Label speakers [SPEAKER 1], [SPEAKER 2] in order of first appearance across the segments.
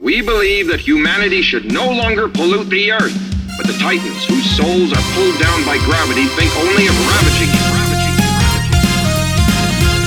[SPEAKER 1] We believe that humanity should no longer pollute the earth, but the titans whose souls are pulled down by gravity think only of ravaging it. ravaging it, ravaging it.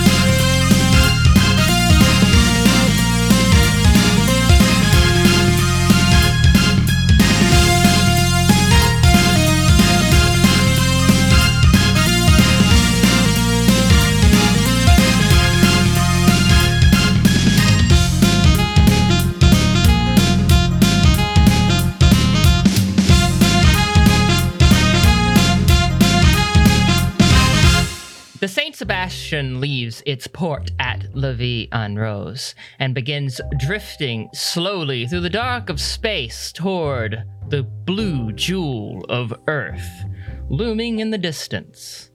[SPEAKER 2] The Saint Sebastian leaves its port at Levis en Rose and begins drifting slowly through the dark of space toward the blue jewel of Earth, looming in the distance.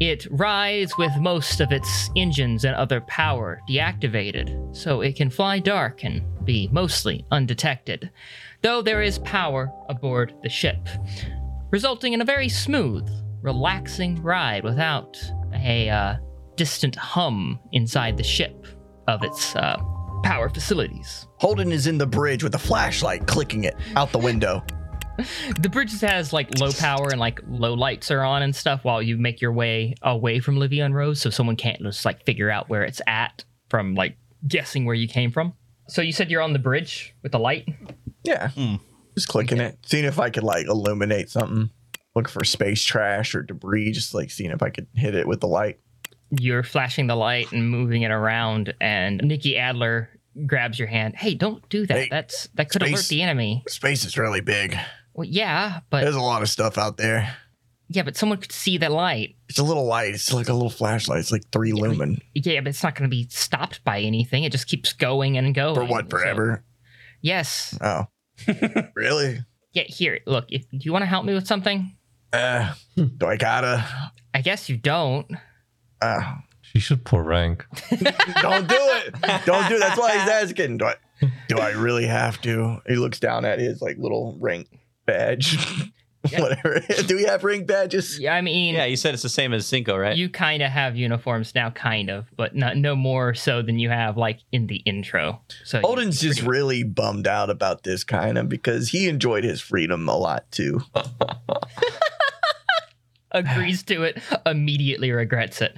[SPEAKER 2] It rides with most of its engines and other power deactivated, so it can fly dark and be mostly undetected, though there is power aboard the ship resulting in a very smooth, relaxing ride without a uh, distant hum inside the ship of its uh, power facilities.
[SPEAKER 3] Holden is in the bridge with a flashlight clicking it out the window.
[SPEAKER 2] The bridge has like low power and like low lights are on and stuff while you make your way away from Livy on Rose, so someone can't just like figure out where it's at from like guessing where you came from. So you said you're on the bridge with the light.
[SPEAKER 3] Yeah. Just clicking it, Hmm. seeing if I could like illuminate something, look for space trash or debris, just like seeing if I could hit it with the light.
[SPEAKER 2] you're flashing the light and moving it around and Nikki Adler grabs your hand. Hey, don't do that.
[SPEAKER 3] Hey,
[SPEAKER 2] That's that could alert
[SPEAKER 3] space.
[SPEAKER 2] the enemy.
[SPEAKER 3] Space is really big.
[SPEAKER 2] Well, yeah, but
[SPEAKER 3] There's a lot of stuff out there.
[SPEAKER 2] yeah, but someone could see the light.
[SPEAKER 3] It's a little light. It's like a little flashlight. It's like three lumen.
[SPEAKER 2] Yeah, but it's not going to be stopped by anything. It just keeps going and going.
[SPEAKER 3] For what?
[SPEAKER 2] So-
[SPEAKER 3] Forever?
[SPEAKER 2] yes.
[SPEAKER 3] Oh. really?
[SPEAKER 2] Yeah, here. Look, if, do you want to help me with something?
[SPEAKER 3] Uh, do I gotta?
[SPEAKER 2] I guess you don't.
[SPEAKER 3] Uh,
[SPEAKER 4] She should pour rank.
[SPEAKER 3] don't do it. Don't do it. That's why he's asking. Do I? Do I really have to? He looks down at his like little ring badge.
[SPEAKER 2] Yeah.
[SPEAKER 3] Whatever. do we have ring badges?
[SPEAKER 2] Yeah, I mean,
[SPEAKER 5] Yeah, you said it's the same as Cinco, right?
[SPEAKER 2] you kind of have uniforms now, kind of, but not no more so than you have like in the intro. So you-
[SPEAKER 3] Holden's just really bummed out about this kind of because he enjoyed his freedom a lot too.
[SPEAKER 2] agrees to it, immediately regrets it.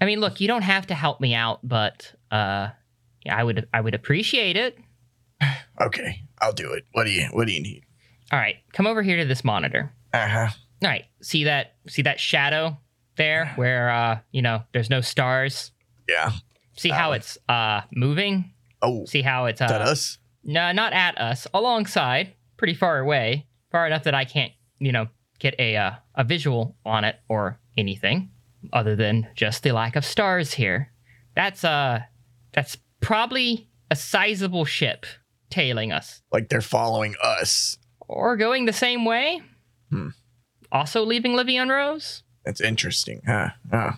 [SPEAKER 2] I mean, look, you don't have to help me out, but uh, yeah, I would I would appreciate it.
[SPEAKER 3] Okay, I'll do it. What do you What do you need?
[SPEAKER 2] All right, come over here to this monitor.
[SPEAKER 3] Uh huh.
[SPEAKER 2] All right, see that see that shadow there where uh, you know there's no stars.
[SPEAKER 3] Yeah.
[SPEAKER 2] See how
[SPEAKER 3] Oh.
[SPEAKER 2] it's uh moving.
[SPEAKER 3] Oh, is
[SPEAKER 2] See how it's uh,
[SPEAKER 3] that us?
[SPEAKER 2] No, not at us. Alongside, pretty far away, far enough that I can't, you know, get a uh, a visual on it or anything, other than just the lack of stars here. That's uh, that's probably a sizable ship tailing us,
[SPEAKER 3] Like they're following us.
[SPEAKER 2] or going the same way.
[SPEAKER 3] Hmm.
[SPEAKER 2] Also leaving Livy on Rose.
[SPEAKER 3] That's interesting, huh? huh.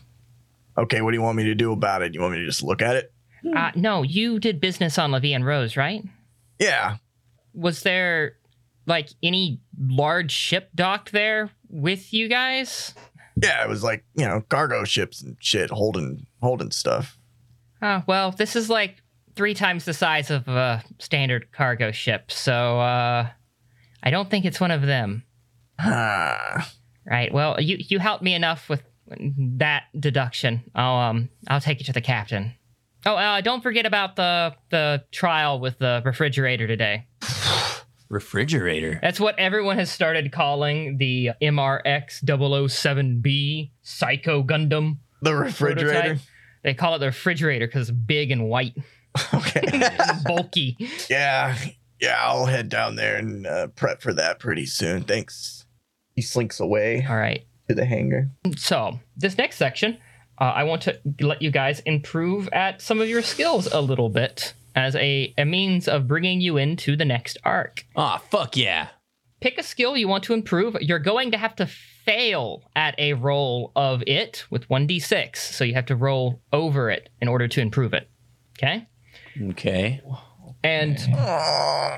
[SPEAKER 3] Okay, what do you want me to do about it? You want me to just look at it?
[SPEAKER 2] Uh, no, you did business on Livy and Rose, right?
[SPEAKER 3] Yeah.
[SPEAKER 2] Was there like any large ship docked there with you guys?
[SPEAKER 3] Yeah, it was like, you know, cargo ships and shit holding holding stuff.
[SPEAKER 2] Oh, well, this is like three times the size of a standard cargo ship, so uh, I don't think it's one of them.
[SPEAKER 3] Huh.
[SPEAKER 2] Right. Well, you you helped me enough with that deduction. I'll um I'll take you to the captain. Oh, uh, don't forget about the the trial with the refrigerator today.
[SPEAKER 5] Refrigerator.
[SPEAKER 2] That's what everyone has started calling the MRX 007B Psycho Gundam
[SPEAKER 3] The refrigerator.
[SPEAKER 2] prototype. They call it the refrigerator because it's big and white,
[SPEAKER 3] Okay.
[SPEAKER 2] and bulky.
[SPEAKER 3] yeah. Yeah, I'll head down there and uh, prep for that pretty soon. Thanks. He slinks away
[SPEAKER 2] All right.
[SPEAKER 3] to the hangar.
[SPEAKER 2] So, this next section, uh, I want to let you guys improve at some of your skills a little bit as a, a means of bringing you into the next arc.
[SPEAKER 5] Ah, fuck yeah.
[SPEAKER 2] Pick a skill you want to improve. You're going to have to fail at a roll of it with 1d6. So, you have to roll over it in order to improve it. Okay?
[SPEAKER 5] Okay.
[SPEAKER 2] And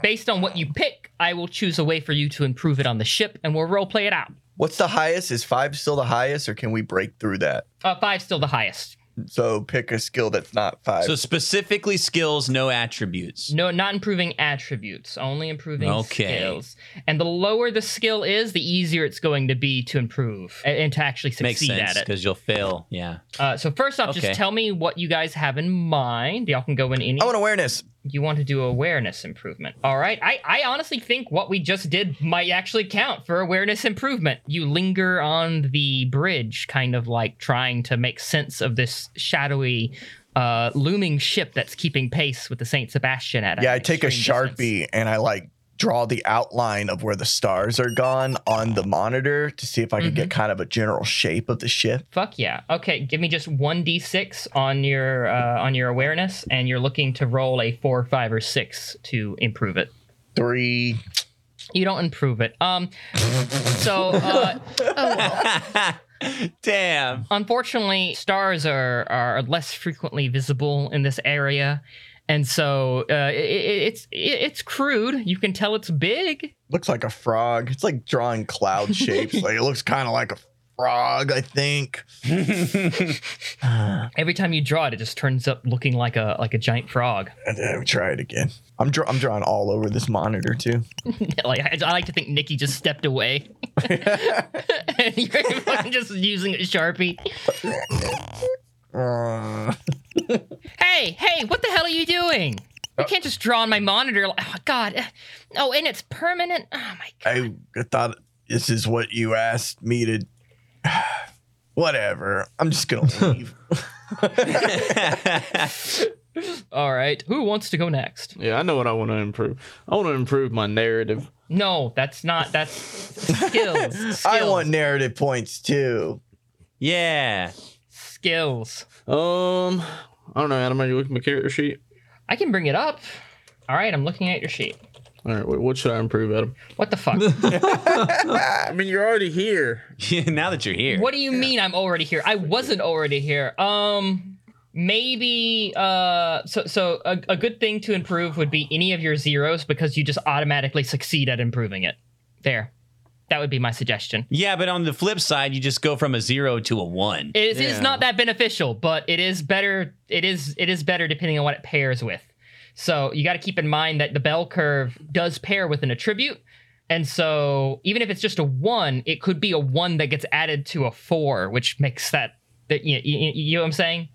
[SPEAKER 2] based on what you pick, I will choose a way for you to improve it on the ship and we'll roleplay it out.
[SPEAKER 3] What's the highest? Is five still the highest, or can we break through that?
[SPEAKER 2] Uh, five's still the highest.
[SPEAKER 3] So pick a skill that's not five.
[SPEAKER 5] So specifically skills, no attributes.
[SPEAKER 2] No, not improving attributes, only improving
[SPEAKER 5] Okay.
[SPEAKER 2] skills. And the lower the skill is, the easier it's going to be to improve and, and to actually
[SPEAKER 5] Makes
[SPEAKER 2] succeed
[SPEAKER 5] sense
[SPEAKER 2] at it.
[SPEAKER 5] because you'll fail. Yeah.
[SPEAKER 2] Uh, so first off,
[SPEAKER 5] Okay.
[SPEAKER 2] just tell me what you guys have in mind. Y'all can go in any.
[SPEAKER 3] I want awareness.
[SPEAKER 2] you want to do awareness improvement. All right. I, I honestly think what we just did might actually count for awareness improvement. You linger on the bridge, kind of like trying to make sense of this shadowy, uh, looming ship that's keeping pace with the Saint Sebastian at.
[SPEAKER 3] Yeah,
[SPEAKER 2] an
[SPEAKER 3] I take a
[SPEAKER 2] extreme
[SPEAKER 3] sharpie
[SPEAKER 2] distance.
[SPEAKER 3] and I like draw the outline of where the stars are gone on the monitor to see if I can get kind of a general shape of the ship.
[SPEAKER 2] Fuck yeah. Okay, give me just one d6 on your uh, on your awareness, and you're looking to roll a four, five, or six to improve it.
[SPEAKER 3] Three.
[SPEAKER 2] You don't improve it. Um, so uh,
[SPEAKER 5] Damn.
[SPEAKER 2] unfortunately, stars are are less frequently visible in this area, and so uh, it, it, it's it, it's crude. You can tell it's big.
[SPEAKER 3] Looks like a frog. It's like drawing cloud shapes. like it looks kind of like a frog, I think.
[SPEAKER 2] Every time you draw it, it just turns up looking like a like a giant frog.
[SPEAKER 3] And then we try it again. I'm draw- I'm drawing all over this monitor too.
[SPEAKER 2] like I, I like to think Nikki just stepped away, and you're fucking just using a sharpie.
[SPEAKER 3] Uh,
[SPEAKER 2] Hey, hey, what the hell are you doing? You can't just draw on my monitor. Like, oh God. Oh, and it's permanent. Oh my God.
[SPEAKER 3] I thought this is what you asked me to. Whatever. I'm just gonna leave.
[SPEAKER 2] All right. Who wants to go next?
[SPEAKER 4] Yeah, I know what I want to improve. I want to improve my narrative.
[SPEAKER 2] No, that's not. That's skills. skills.
[SPEAKER 3] I want narrative points too.
[SPEAKER 5] yeah.
[SPEAKER 2] skills.
[SPEAKER 4] Um, I don't know, Adam. Are you looking at my character sheet?
[SPEAKER 2] I can bring it up. All right. I'm looking at your sheet.
[SPEAKER 4] All right, wait, what should I improve, Adam?
[SPEAKER 2] What the fuck?
[SPEAKER 4] I mean, you're already here.
[SPEAKER 5] now that you're here.
[SPEAKER 2] what do you mean I'm already here? I wasn't already here. Um maybe uh so so a, a good thing to improve would be any of your zeros because you just automatically succeed at improving it. There. That would be my suggestion.
[SPEAKER 5] Yeah, but on the flip side, you just go from a zero to a one.
[SPEAKER 2] It is, it is
[SPEAKER 4] Yeah.
[SPEAKER 2] not that beneficial, but it is better it is it is better depending on what it pairs with. So you got to keep in mind that the bell curve does pair with an attribute. And so even if it's just a 1, it could be a 1 that gets added to a 4, which makes that that you, you, you know what I'm saying?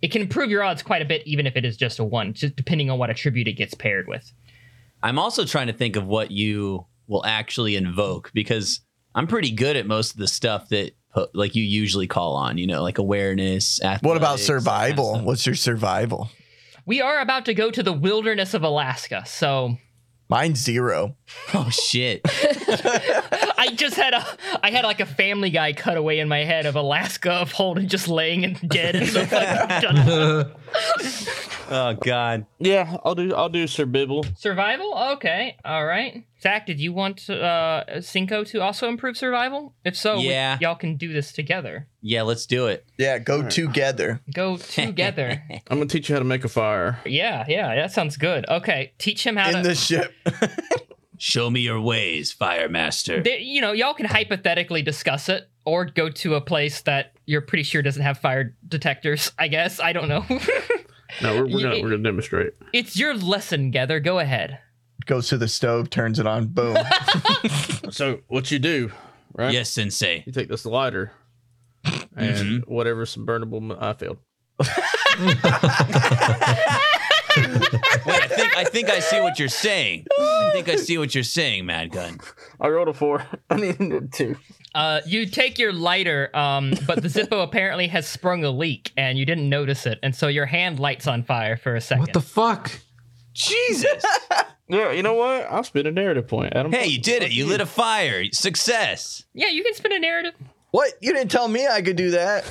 [SPEAKER 2] It can improve your odds quite a bit even if it is just a 1, just depending on what attribute it gets paired with.
[SPEAKER 5] I'm also trying to think of what you will actually invoke because I'm pretty good at most of the stuff that po- like you usually call on, you know, like awareness.
[SPEAKER 3] What about
[SPEAKER 5] athletics, that kind of
[SPEAKER 3] survival?
[SPEAKER 5] stuff.
[SPEAKER 3] What's your survival?
[SPEAKER 2] We are about to go to the wilderness of Alaska. So
[SPEAKER 3] Mine's zero.
[SPEAKER 5] Oh shit.
[SPEAKER 2] I just had a, I had like a Family Guy cutaway in my head of Alaska of Holden just laying and dead in the fucking jungle.
[SPEAKER 5] oh god.
[SPEAKER 4] Yeah, I'll do. I'll do Sir Bibble.
[SPEAKER 2] survival. Okay, all right. Zach, did you want uh, Cinco to also improve survival? If so, we-
[SPEAKER 5] Yeah.
[SPEAKER 2] y'all can do this together.
[SPEAKER 5] Yeah, let's do it.
[SPEAKER 3] Yeah, go together.
[SPEAKER 2] Go together.
[SPEAKER 4] I'm gonna teach you how to make a fire.
[SPEAKER 2] yeah, yeah, that sounds good. Okay, teach him how
[SPEAKER 3] In
[SPEAKER 2] to.
[SPEAKER 3] the ship.
[SPEAKER 5] Show me your ways, Fire Master.
[SPEAKER 2] They- you know, y'all can hypothetically discuss it or go to a place that you're pretty sure doesn't have fire detectors. I guess I don't know.
[SPEAKER 4] No, we're, we're gonna
[SPEAKER 2] Yeah.
[SPEAKER 4] we're gonna demonstrate.
[SPEAKER 2] it's your lesson, Gether. Go ahead.
[SPEAKER 3] Goes to the stove, turns it on, boom.
[SPEAKER 4] So what you do, right?
[SPEAKER 5] Yes, Sensei.
[SPEAKER 4] You take this lighter and
[SPEAKER 5] Mm-hmm.
[SPEAKER 4] whatever some burnable. ma- I failed.
[SPEAKER 5] Wait, I think I think I see what you're saying. I think I see what you're saying, Mad Gun.
[SPEAKER 4] I rolled a four. I needed a two.
[SPEAKER 2] Uh, you take your lighter, um, but the Zippo apparently has sprung a leak and you didn't notice it, and so your hand lights on fire for a second.
[SPEAKER 6] What the fuck?
[SPEAKER 5] Jesus.
[SPEAKER 4] Yeah, you know what? I'll spin a narrative point, Adam.
[SPEAKER 5] Hey, you did it. You lit a fire. Success.
[SPEAKER 2] yeah, you can spin a narrative.
[SPEAKER 3] what? You didn't tell me I could do that.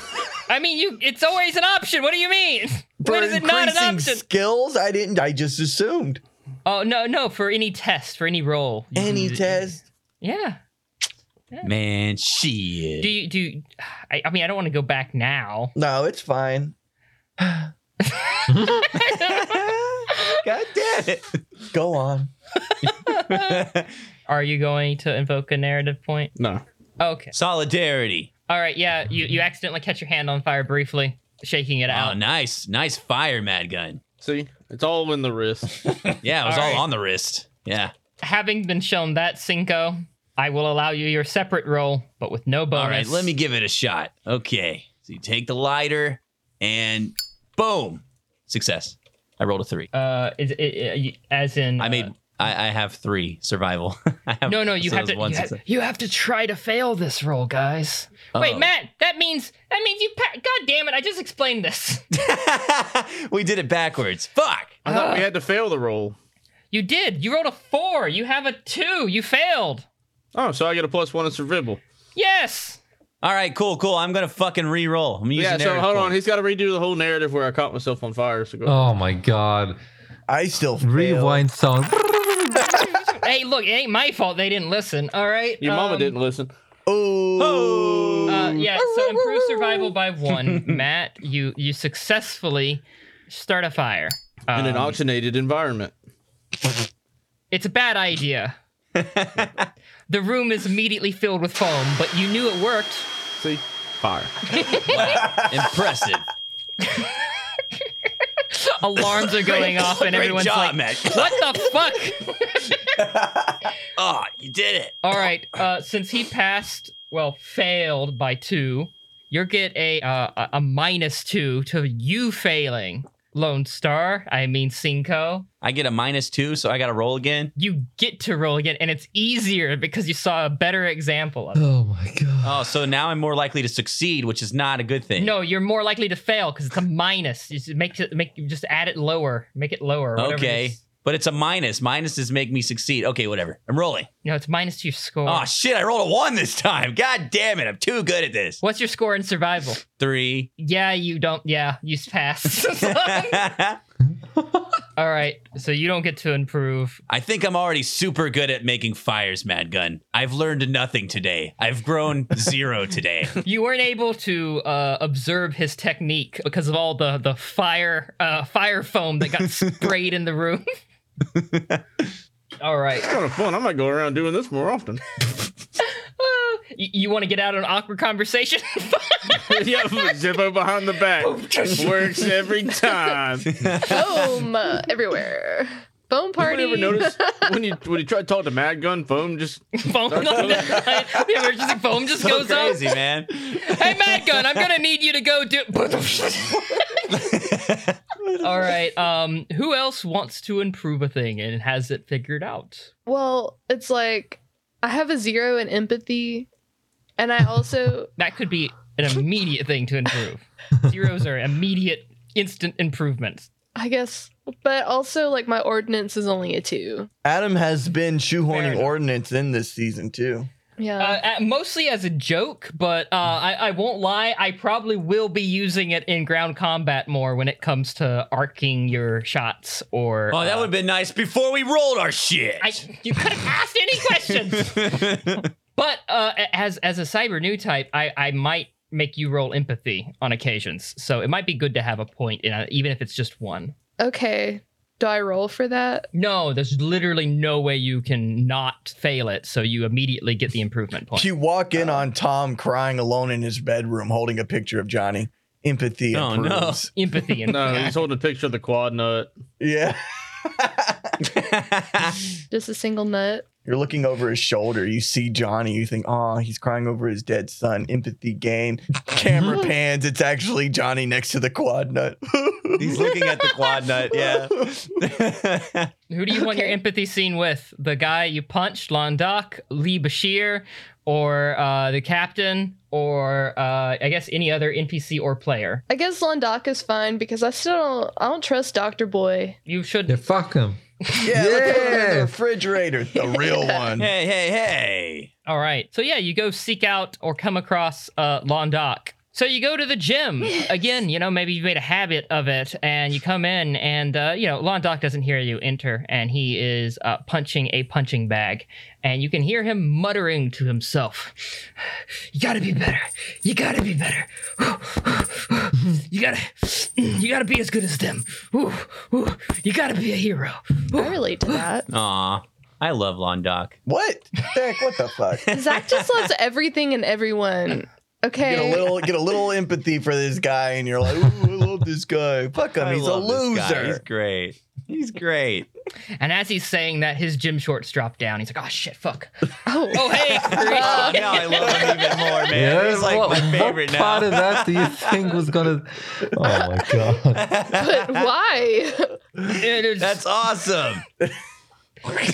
[SPEAKER 2] I mean, you it's always an option. What do you mean? when is it not an
[SPEAKER 3] increasing
[SPEAKER 2] option?
[SPEAKER 3] skills, I didn't. I just assumed
[SPEAKER 2] oh no, no, for any test, for any role. you can
[SPEAKER 3] any
[SPEAKER 2] do-
[SPEAKER 3] test.
[SPEAKER 2] Yeah.
[SPEAKER 5] Man, shit.
[SPEAKER 2] Do you do? you- I, I mean, I don't want to go back now.
[SPEAKER 3] No, it's fine.
[SPEAKER 5] God damn it.
[SPEAKER 3] Go on.
[SPEAKER 2] Are you going to invoke a narrative point?
[SPEAKER 4] No.
[SPEAKER 2] Okay.
[SPEAKER 5] Solidarity.
[SPEAKER 2] All right. Yeah. You you accidentally catch your hand on fire briefly. shaking it
[SPEAKER 5] Oh,
[SPEAKER 2] out.
[SPEAKER 5] nice, nice fire, Mad Gun.
[SPEAKER 4] See, it's all in the wrist.
[SPEAKER 5] Yeah, it was
[SPEAKER 2] All
[SPEAKER 5] all,
[SPEAKER 2] right.
[SPEAKER 5] on the wrist. Yeah.
[SPEAKER 2] Having been shown that, Cinco, I will allow you your separate roll, but with no bonus.
[SPEAKER 5] All right, let me give it a shot. Okay, so you take the lighter and boom, success. I rolled a three.
[SPEAKER 2] Uh, is, it, it- as in,
[SPEAKER 5] I
[SPEAKER 2] uh,
[SPEAKER 5] made. I, I have three survival. I have,
[SPEAKER 2] no, no, you
[SPEAKER 5] so
[SPEAKER 2] have
[SPEAKER 5] that
[SPEAKER 2] to.
[SPEAKER 5] was
[SPEAKER 2] You have,
[SPEAKER 5] success.
[SPEAKER 2] you have to try to fail this roll, guys. Wait,
[SPEAKER 5] Oh.
[SPEAKER 2] Matt, that means that means you. Pa- God damn it! I just explained this.
[SPEAKER 5] we did it backwards. Fuck.
[SPEAKER 4] I thought we had to fail the roll.
[SPEAKER 2] you did. You rolled a four. You have a two. You failed.
[SPEAKER 4] Oh, so I get a plus one in survival.
[SPEAKER 2] Yes.
[SPEAKER 5] All right, cool, cool. I'm gonna fucking re-roll. I'm using
[SPEAKER 4] Yeah, so
[SPEAKER 5] narrative
[SPEAKER 4] hold on.
[SPEAKER 5] point.
[SPEAKER 4] He's got to redo the whole narrative where I caught myself on fire. So go.
[SPEAKER 6] Oh my god.
[SPEAKER 3] I still failed.
[SPEAKER 6] Rewind song.
[SPEAKER 2] hey, look, it ain't my fault they didn't listen. All right.
[SPEAKER 4] Your mama
[SPEAKER 2] Um,
[SPEAKER 4] didn't listen.
[SPEAKER 3] Oh,
[SPEAKER 2] Uh, yeah. So improve survival by one, Matt. You you successfully start a fire.
[SPEAKER 4] in an
[SPEAKER 2] Um,
[SPEAKER 4] oxygenated environment.
[SPEAKER 2] It's a bad idea. the room is immediately filled with foam, but you knew it worked.
[SPEAKER 4] See, fire.
[SPEAKER 5] Impressive.
[SPEAKER 2] Alarms are going off, and
[SPEAKER 5] Great
[SPEAKER 2] everyone's
[SPEAKER 5] job,
[SPEAKER 2] like,
[SPEAKER 5] Matt.
[SPEAKER 2] "What the fuck?"
[SPEAKER 5] Oh, you did it.
[SPEAKER 2] All right. Uh, since he passed, well, failed by two, you get a uh, a- a minus two to you failing. Lone Star, I mean Cinco.
[SPEAKER 5] I get a minus two, so I got to roll again.
[SPEAKER 2] You get to roll again, and it's easier because you saw a better example of it.
[SPEAKER 6] Oh my god.
[SPEAKER 5] Oh, so now I'm more likely to succeed, which is not a good thing.
[SPEAKER 2] No, you're more likely to fail because it's a minus. You just make it make just add it lower, make it lower. whatever it
[SPEAKER 5] Okay.
[SPEAKER 2] is.
[SPEAKER 5] But it's a minus. Minuses make me succeed. Okay, whatever. I'm rolling.
[SPEAKER 2] No, it's minus to your score.
[SPEAKER 5] Oh shit! I rolled a one this time. God damn it! I'm too good at this.
[SPEAKER 2] What's your score in survival?
[SPEAKER 5] Three.
[SPEAKER 2] Yeah, you don't. Yeah, you pass.
[SPEAKER 5] I
[SPEAKER 2] All right, so you don't get to improve.
[SPEAKER 5] think I'm already super good at making fires, Mad Gun. I've learned nothing today. I've grown zero today.
[SPEAKER 2] You weren't able to uh, observe his technique because of all the the fire uh, fire foam that got sprayed in the room. all right,
[SPEAKER 4] Kind of fun. I might go around doing this more often.
[SPEAKER 2] Uh, you, you want to get out of an awkward conversation?
[SPEAKER 4] yep, Zippo behind the back works every time.
[SPEAKER 7] Boom! uh, everywhere. Bone party.
[SPEAKER 4] Anybody ever notice when you when you try to talk to Mad Gun phone just
[SPEAKER 2] foam on the, the emergency foam just
[SPEAKER 5] so
[SPEAKER 2] goes
[SPEAKER 5] crazy, man.
[SPEAKER 2] up. Hey, Mad Gun, I'm gonna need you to go do. All right. Um, who else wants to improve a thing and has it figured out?
[SPEAKER 7] well, it's like I have a zero in empathy, and I also
[SPEAKER 2] That could be an immediate thing to improve. Zeros are immediate, instant improvements.
[SPEAKER 7] I guess, but also like my ordinance is only a two.
[SPEAKER 3] Adam has been
[SPEAKER 2] Fair
[SPEAKER 3] shoehorning
[SPEAKER 2] enough.
[SPEAKER 3] ordinance in this season too.
[SPEAKER 7] Yeah.
[SPEAKER 2] Uh, uh, mostly as a joke, but uh, I, I won't lie. I probably will be using it in ground combat more when it comes to arcing your shots or.
[SPEAKER 5] Oh, that would have been nice before we rolled our shit.
[SPEAKER 2] I, you could have asked any questions. but uh, as as a cyber new type, I, I might make you roll empathy on occasions. So it might be good to have a point, in a, even if it's just one.
[SPEAKER 7] okay. Do I roll for that?
[SPEAKER 2] No, there's literally no way you can not fail it. So you immediately get the improvement point.
[SPEAKER 3] You walk
[SPEAKER 2] Oh.
[SPEAKER 3] in on Tom crying alone in his bedroom, holding a picture of Johnny. Empathy
[SPEAKER 5] Oh, no.
[SPEAKER 3] improves.
[SPEAKER 2] Empathy and
[SPEAKER 4] no he's holding a picture of the quad nut.
[SPEAKER 3] Yeah,
[SPEAKER 7] Just a single nut.
[SPEAKER 3] you're looking over his shoulder. You see Johnny. You think, "Oh, he's crying over his dead son." Empathy gain. Camera pans. It's actually Johnny next to the quad nut.
[SPEAKER 5] He's looking at the quad nut. Yeah.
[SPEAKER 2] Who do you want your
[SPEAKER 7] Okay.
[SPEAKER 2] empathy scene with? The guy you punched, Londoc, Lee Bashir, or uh, the captain, or uh, I guess any other NPC or player?
[SPEAKER 7] I guess Londoc is fine because I still don't, I don't trust Doctor Boy.
[SPEAKER 2] You should
[SPEAKER 5] Oh.
[SPEAKER 6] Yeah, fuck him.
[SPEAKER 3] yeah, look over
[SPEAKER 6] Yeah.
[SPEAKER 3] the refrigerator. The real one.
[SPEAKER 5] hey, hey, hey.
[SPEAKER 2] All right. So yeah, you go seek out or come across uh, Londoc. So you go to the gym again. You know, maybe you made a habit of it, and you come in, and uh, you know Londoc doesn't hear you enter, and he is uh, punching a punching bag, and you can hear him muttering to himself, "You gotta be better. You gotta be better. You gotta, you gotta be as good as them. Ooh, ooh, you gotta be a hero."
[SPEAKER 7] I relate to that.
[SPEAKER 5] Aw, I love Londoc.
[SPEAKER 3] What? Heck, what the fuck?
[SPEAKER 7] Zach just loves everything and everyone. Okay.
[SPEAKER 3] Get a little get a little empathy for this guy, and you're like, Ooh, I love this guy. Fuck him,
[SPEAKER 5] I
[SPEAKER 3] he's a
[SPEAKER 5] love this guy. He's
[SPEAKER 3] loser.
[SPEAKER 5] great. He's great.
[SPEAKER 2] And as he's saying that, his gym shorts drop down. He's like, oh shit, fuck.
[SPEAKER 7] oh,
[SPEAKER 2] Oh, hey,
[SPEAKER 5] Oh,
[SPEAKER 2] Chris.
[SPEAKER 5] now I love him even more, man. He's like
[SPEAKER 6] what,
[SPEAKER 5] my
[SPEAKER 6] what
[SPEAKER 5] favorite
[SPEAKER 6] part of
[SPEAKER 5] now.
[SPEAKER 6] that do you think was gonna? Oh my god!
[SPEAKER 7] but why?
[SPEAKER 2] It is-
[SPEAKER 5] That's awesome.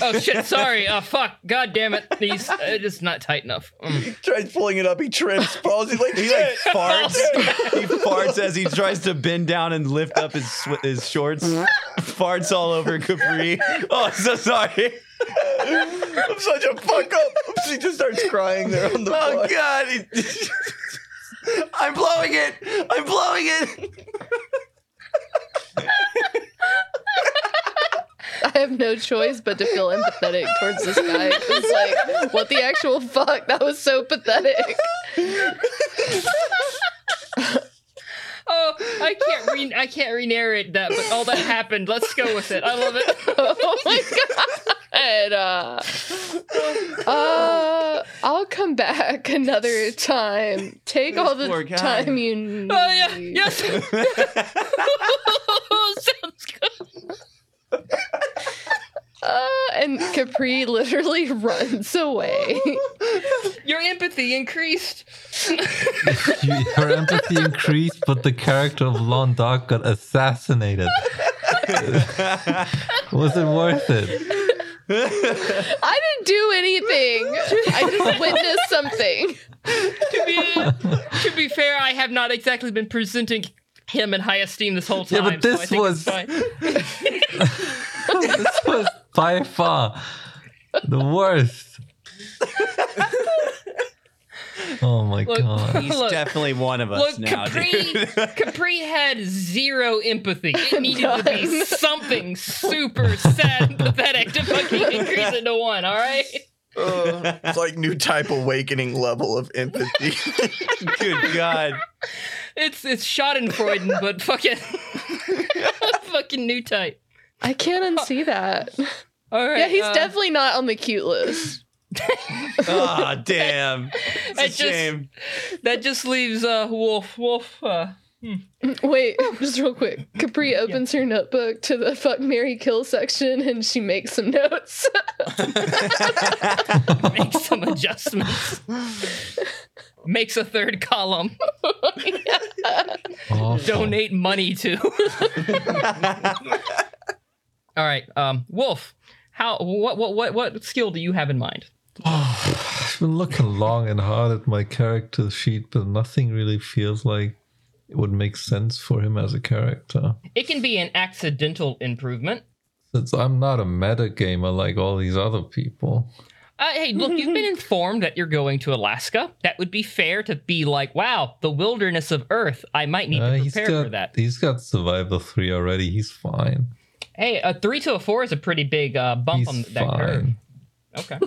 [SPEAKER 2] oh shit, sorry. Oh, fuck. God damn it. He's uh, just not tight enough. Mm.
[SPEAKER 3] Tries pulling it up, he trips, falls. He's like,
[SPEAKER 5] He like
[SPEAKER 3] shit.
[SPEAKER 5] farts. he farts as he tries to bend down and lift up his sw- his shorts. farts all over Capri. Oh, I'm so sorry.
[SPEAKER 3] I'm such a fuck up. She just starts crying there on the
[SPEAKER 5] Oh
[SPEAKER 3] floor.
[SPEAKER 5] God. He- I'm blowing it. I'm blowing it.
[SPEAKER 7] I have no choice but to feel empathetic towards this guy. It's like, what the actual fuck? That was so pathetic.
[SPEAKER 2] Oh, I can't re I can't re-narrate that, but all that happened. Let's go with it. I love it.
[SPEAKER 7] oh my god. Uh, uh, I'll come back another time. Take all the
[SPEAKER 5] poor guy.
[SPEAKER 7] time you need.
[SPEAKER 2] Oh yeah, yes. Sounds good.
[SPEAKER 7] Uh, and Capri literally runs away.
[SPEAKER 2] Your empathy increased.
[SPEAKER 6] You, her empathy increased, but the character of Lon Dark got assassinated. Was it worth it?
[SPEAKER 7] I didn't do anything. I just witnessed something.
[SPEAKER 2] To be to be fair, I have not exactly been presenting him in high esteem this whole
[SPEAKER 6] Yeah,
[SPEAKER 2] time.
[SPEAKER 6] but
[SPEAKER 2] so I
[SPEAKER 6] this
[SPEAKER 2] think it's
[SPEAKER 6] was-
[SPEAKER 2] fine.
[SPEAKER 6] this was by far the worst. Oh my
[SPEAKER 2] Look.
[SPEAKER 6] god!
[SPEAKER 5] He's
[SPEAKER 2] Look.
[SPEAKER 5] definitely one of us
[SPEAKER 2] Look,
[SPEAKER 5] now,
[SPEAKER 2] Capri,
[SPEAKER 5] dude.
[SPEAKER 2] Capri had zero empathy. It needed to be something super sad and pathetic to fucking increase it to one. All right.
[SPEAKER 3] It's like new type awakening level of empathy.
[SPEAKER 5] Good God.
[SPEAKER 2] It's it's Schadenfreude, but fucking fucking new type.
[SPEAKER 7] I can't unsee that.
[SPEAKER 2] All right.
[SPEAKER 7] Yeah, he's
[SPEAKER 2] uh,
[SPEAKER 7] definitely not on the cute list.
[SPEAKER 5] Oh, damn. It's a
[SPEAKER 2] It just-
[SPEAKER 5] shame.
[SPEAKER 2] That just leaves uh Wolf Wolf. Uh,
[SPEAKER 7] Wait, just real quick. Capri opens her notebook to the fuck Mary Kill section and she makes some notes.
[SPEAKER 2] make some adjustments. Makes a third column.
[SPEAKER 6] Awful.
[SPEAKER 2] Donate money to. All right, um, Wolf. How what what what what skill do you have in mind?
[SPEAKER 6] I've been looking long and hard at my character sheet, but nothing really feels like it would make sense for him as a character.
[SPEAKER 2] It can be an accidental improvement.
[SPEAKER 6] Since I'm not a metagamer like all these other people.
[SPEAKER 2] Uh, hey, look, you've been informed that you're going to Alaska. That would be fair to be like, wow, the wilderness of Earth. I might need
[SPEAKER 6] Uh,
[SPEAKER 2] to
[SPEAKER 6] he's
[SPEAKER 2] prepare
[SPEAKER 6] got,
[SPEAKER 2] for that.
[SPEAKER 6] He's got Survivor 3 already. He's fine.
[SPEAKER 2] Hey, a three to a four is a pretty big uh, bump
[SPEAKER 6] He's
[SPEAKER 2] on that curve.
[SPEAKER 6] fine.
[SPEAKER 2] Okay.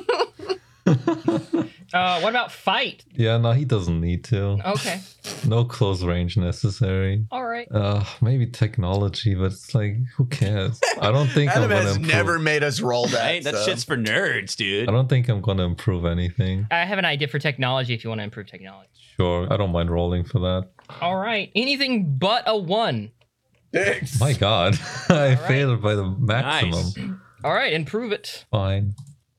[SPEAKER 2] uh, what about fight?
[SPEAKER 6] Yeah, no, he doesn't need to.
[SPEAKER 2] Okay.
[SPEAKER 6] No close range necessary.
[SPEAKER 2] All right.
[SPEAKER 6] Uh, maybe technology, but it's like, who cares? I don't think I'm
[SPEAKER 3] Adam
[SPEAKER 6] gonna
[SPEAKER 3] has
[SPEAKER 6] improve.
[SPEAKER 3] never made us roll that.
[SPEAKER 5] Right? That
[SPEAKER 3] so.
[SPEAKER 5] shit's for nerds, dude.
[SPEAKER 6] I don't think I'm gonna improve anything.
[SPEAKER 2] I have an idea for technology if you want to improve technology.
[SPEAKER 6] Sure, I don't mind rolling for that.
[SPEAKER 2] All right. Anything but a one.
[SPEAKER 3] dicks.
[SPEAKER 6] My God, I
[SPEAKER 2] right.
[SPEAKER 6] failed by the maximum.
[SPEAKER 5] Nice.
[SPEAKER 2] All right. Improve it.
[SPEAKER 6] Fine,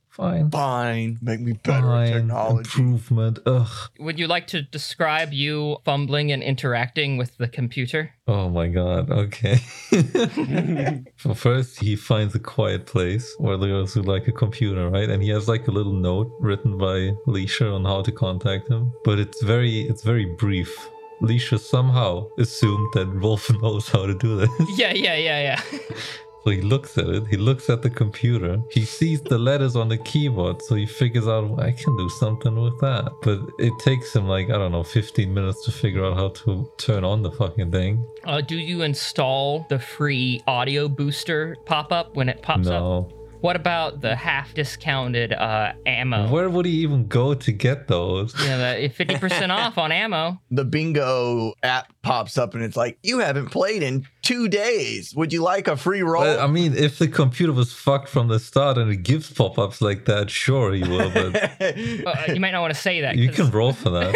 [SPEAKER 6] fine,
[SPEAKER 3] Fine. Make me better at
[SPEAKER 6] fine.
[SPEAKER 3] technology.
[SPEAKER 6] Improvement. Ugh.
[SPEAKER 2] Would you like to describe you fumbling and interacting with the computer?
[SPEAKER 6] Oh my God. Okay. Well, First, he finds a quiet place where there's like a computer, right? And he has like a little note written by Leisha on how to contact him, but it's very, it's very brief. Leisha somehow assumed that Wolf knows how to do this.
[SPEAKER 2] Yeah, yeah, yeah, yeah.
[SPEAKER 6] So he looks at it. He looks at the computer. He sees the letters on the keyboard, so he figures out "Well, I can do something with that. But it takes him like I don't know, 15 minutes to figure out how to turn on the fucking thing.
[SPEAKER 2] Uh, do you install the free audio booster pop up when it pops up?
[SPEAKER 6] no.
[SPEAKER 2] What about the half discounted uh, ammo?
[SPEAKER 6] Where would he even go to get those?
[SPEAKER 2] You know, the 50% off on ammo.
[SPEAKER 3] The bingo app pops up and it's like, you haven't played in two days. Would you like a free roll?
[SPEAKER 6] Well, I mean, if the computer was fucked from the start and it gives pop-ups like that, sure he will. But
[SPEAKER 2] Uh, you might not want to say that.
[SPEAKER 6] you
[SPEAKER 2] 'cause-
[SPEAKER 6] can roll for that.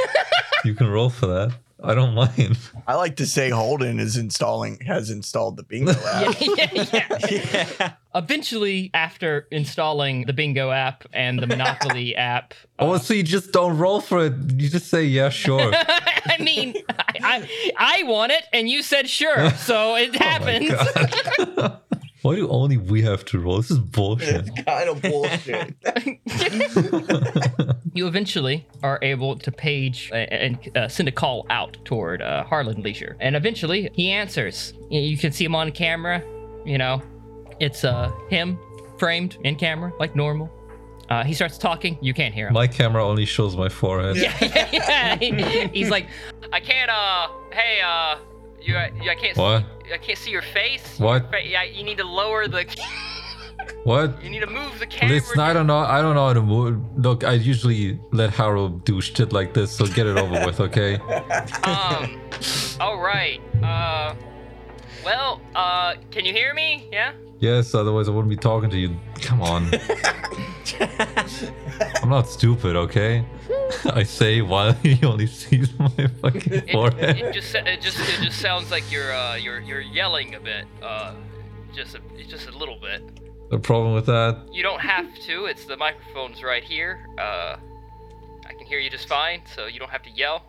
[SPEAKER 6] You can roll for that. I don't mind.
[SPEAKER 3] I like to say Holden is installing has installed the bingo app.
[SPEAKER 2] yeah, yeah. Eventually, after installing the bingo app and the Monopoly app,
[SPEAKER 6] Oh, so you just don't roll for it. You just say, yeah, sure.
[SPEAKER 2] I mean, I, I I want it, and you said sure, so
[SPEAKER 6] Oh
[SPEAKER 2] it happens.
[SPEAKER 6] Why do only we have to roll? This is bullshit.
[SPEAKER 3] kind of bullshit.
[SPEAKER 2] you eventually are able to page a- and uh, send a call out toward uh, Harlan Leisure, and eventually he answers. Y- You can see him on camera. You know, it's uh him framed in camera like normal. Uh, he starts talking. You can't hear him.
[SPEAKER 6] My camera only shows my forehead.
[SPEAKER 2] yeah, yeah. He- he's like, I can't. Uh, hey, uh, you, you I can't.
[SPEAKER 6] What?
[SPEAKER 2] See, I can't see your face.
[SPEAKER 6] What?
[SPEAKER 2] Your fa- yeah, you need to lower the.
[SPEAKER 6] What?
[SPEAKER 2] You need to move the camera.
[SPEAKER 6] Listen, I don't know. I don't know how to move. Look, I usually let Harold do shit like this, so get it over with, okay?
[SPEAKER 2] Um. all right. Uh. Well. Uh. Can you hear me? Yeah.
[SPEAKER 6] Yes, otherwise I wouldn't be talking to you. Come on. I'm not stupid, okay? I say while he only sees my fucking
[SPEAKER 2] It,
[SPEAKER 6] forehead.
[SPEAKER 2] it just it just it just sounds like you're uh you're you're yelling a bit. Uh. Just a just a little bit.
[SPEAKER 6] The problem with that?
[SPEAKER 2] You don't have to. It's the microphone's right here. Uh, I can hear you just fine, so you don't have to yell.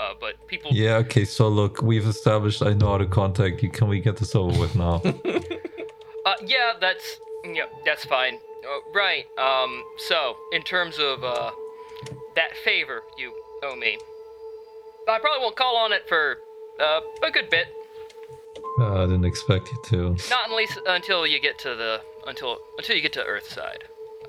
[SPEAKER 2] Uh, but people,
[SPEAKER 6] Yeah, okay, so look, we've established I know how to contact you. Can we get this over with now?
[SPEAKER 2] uh, yeah, that's yeah, that's fine. Uh, right. Um. So, in terms of uh, that favor you owe me, I probably won't call on it for uh, a good bit.
[SPEAKER 6] Uh, I didn't expect you to.
[SPEAKER 2] Not at least until you get to the until until you get to Earthside.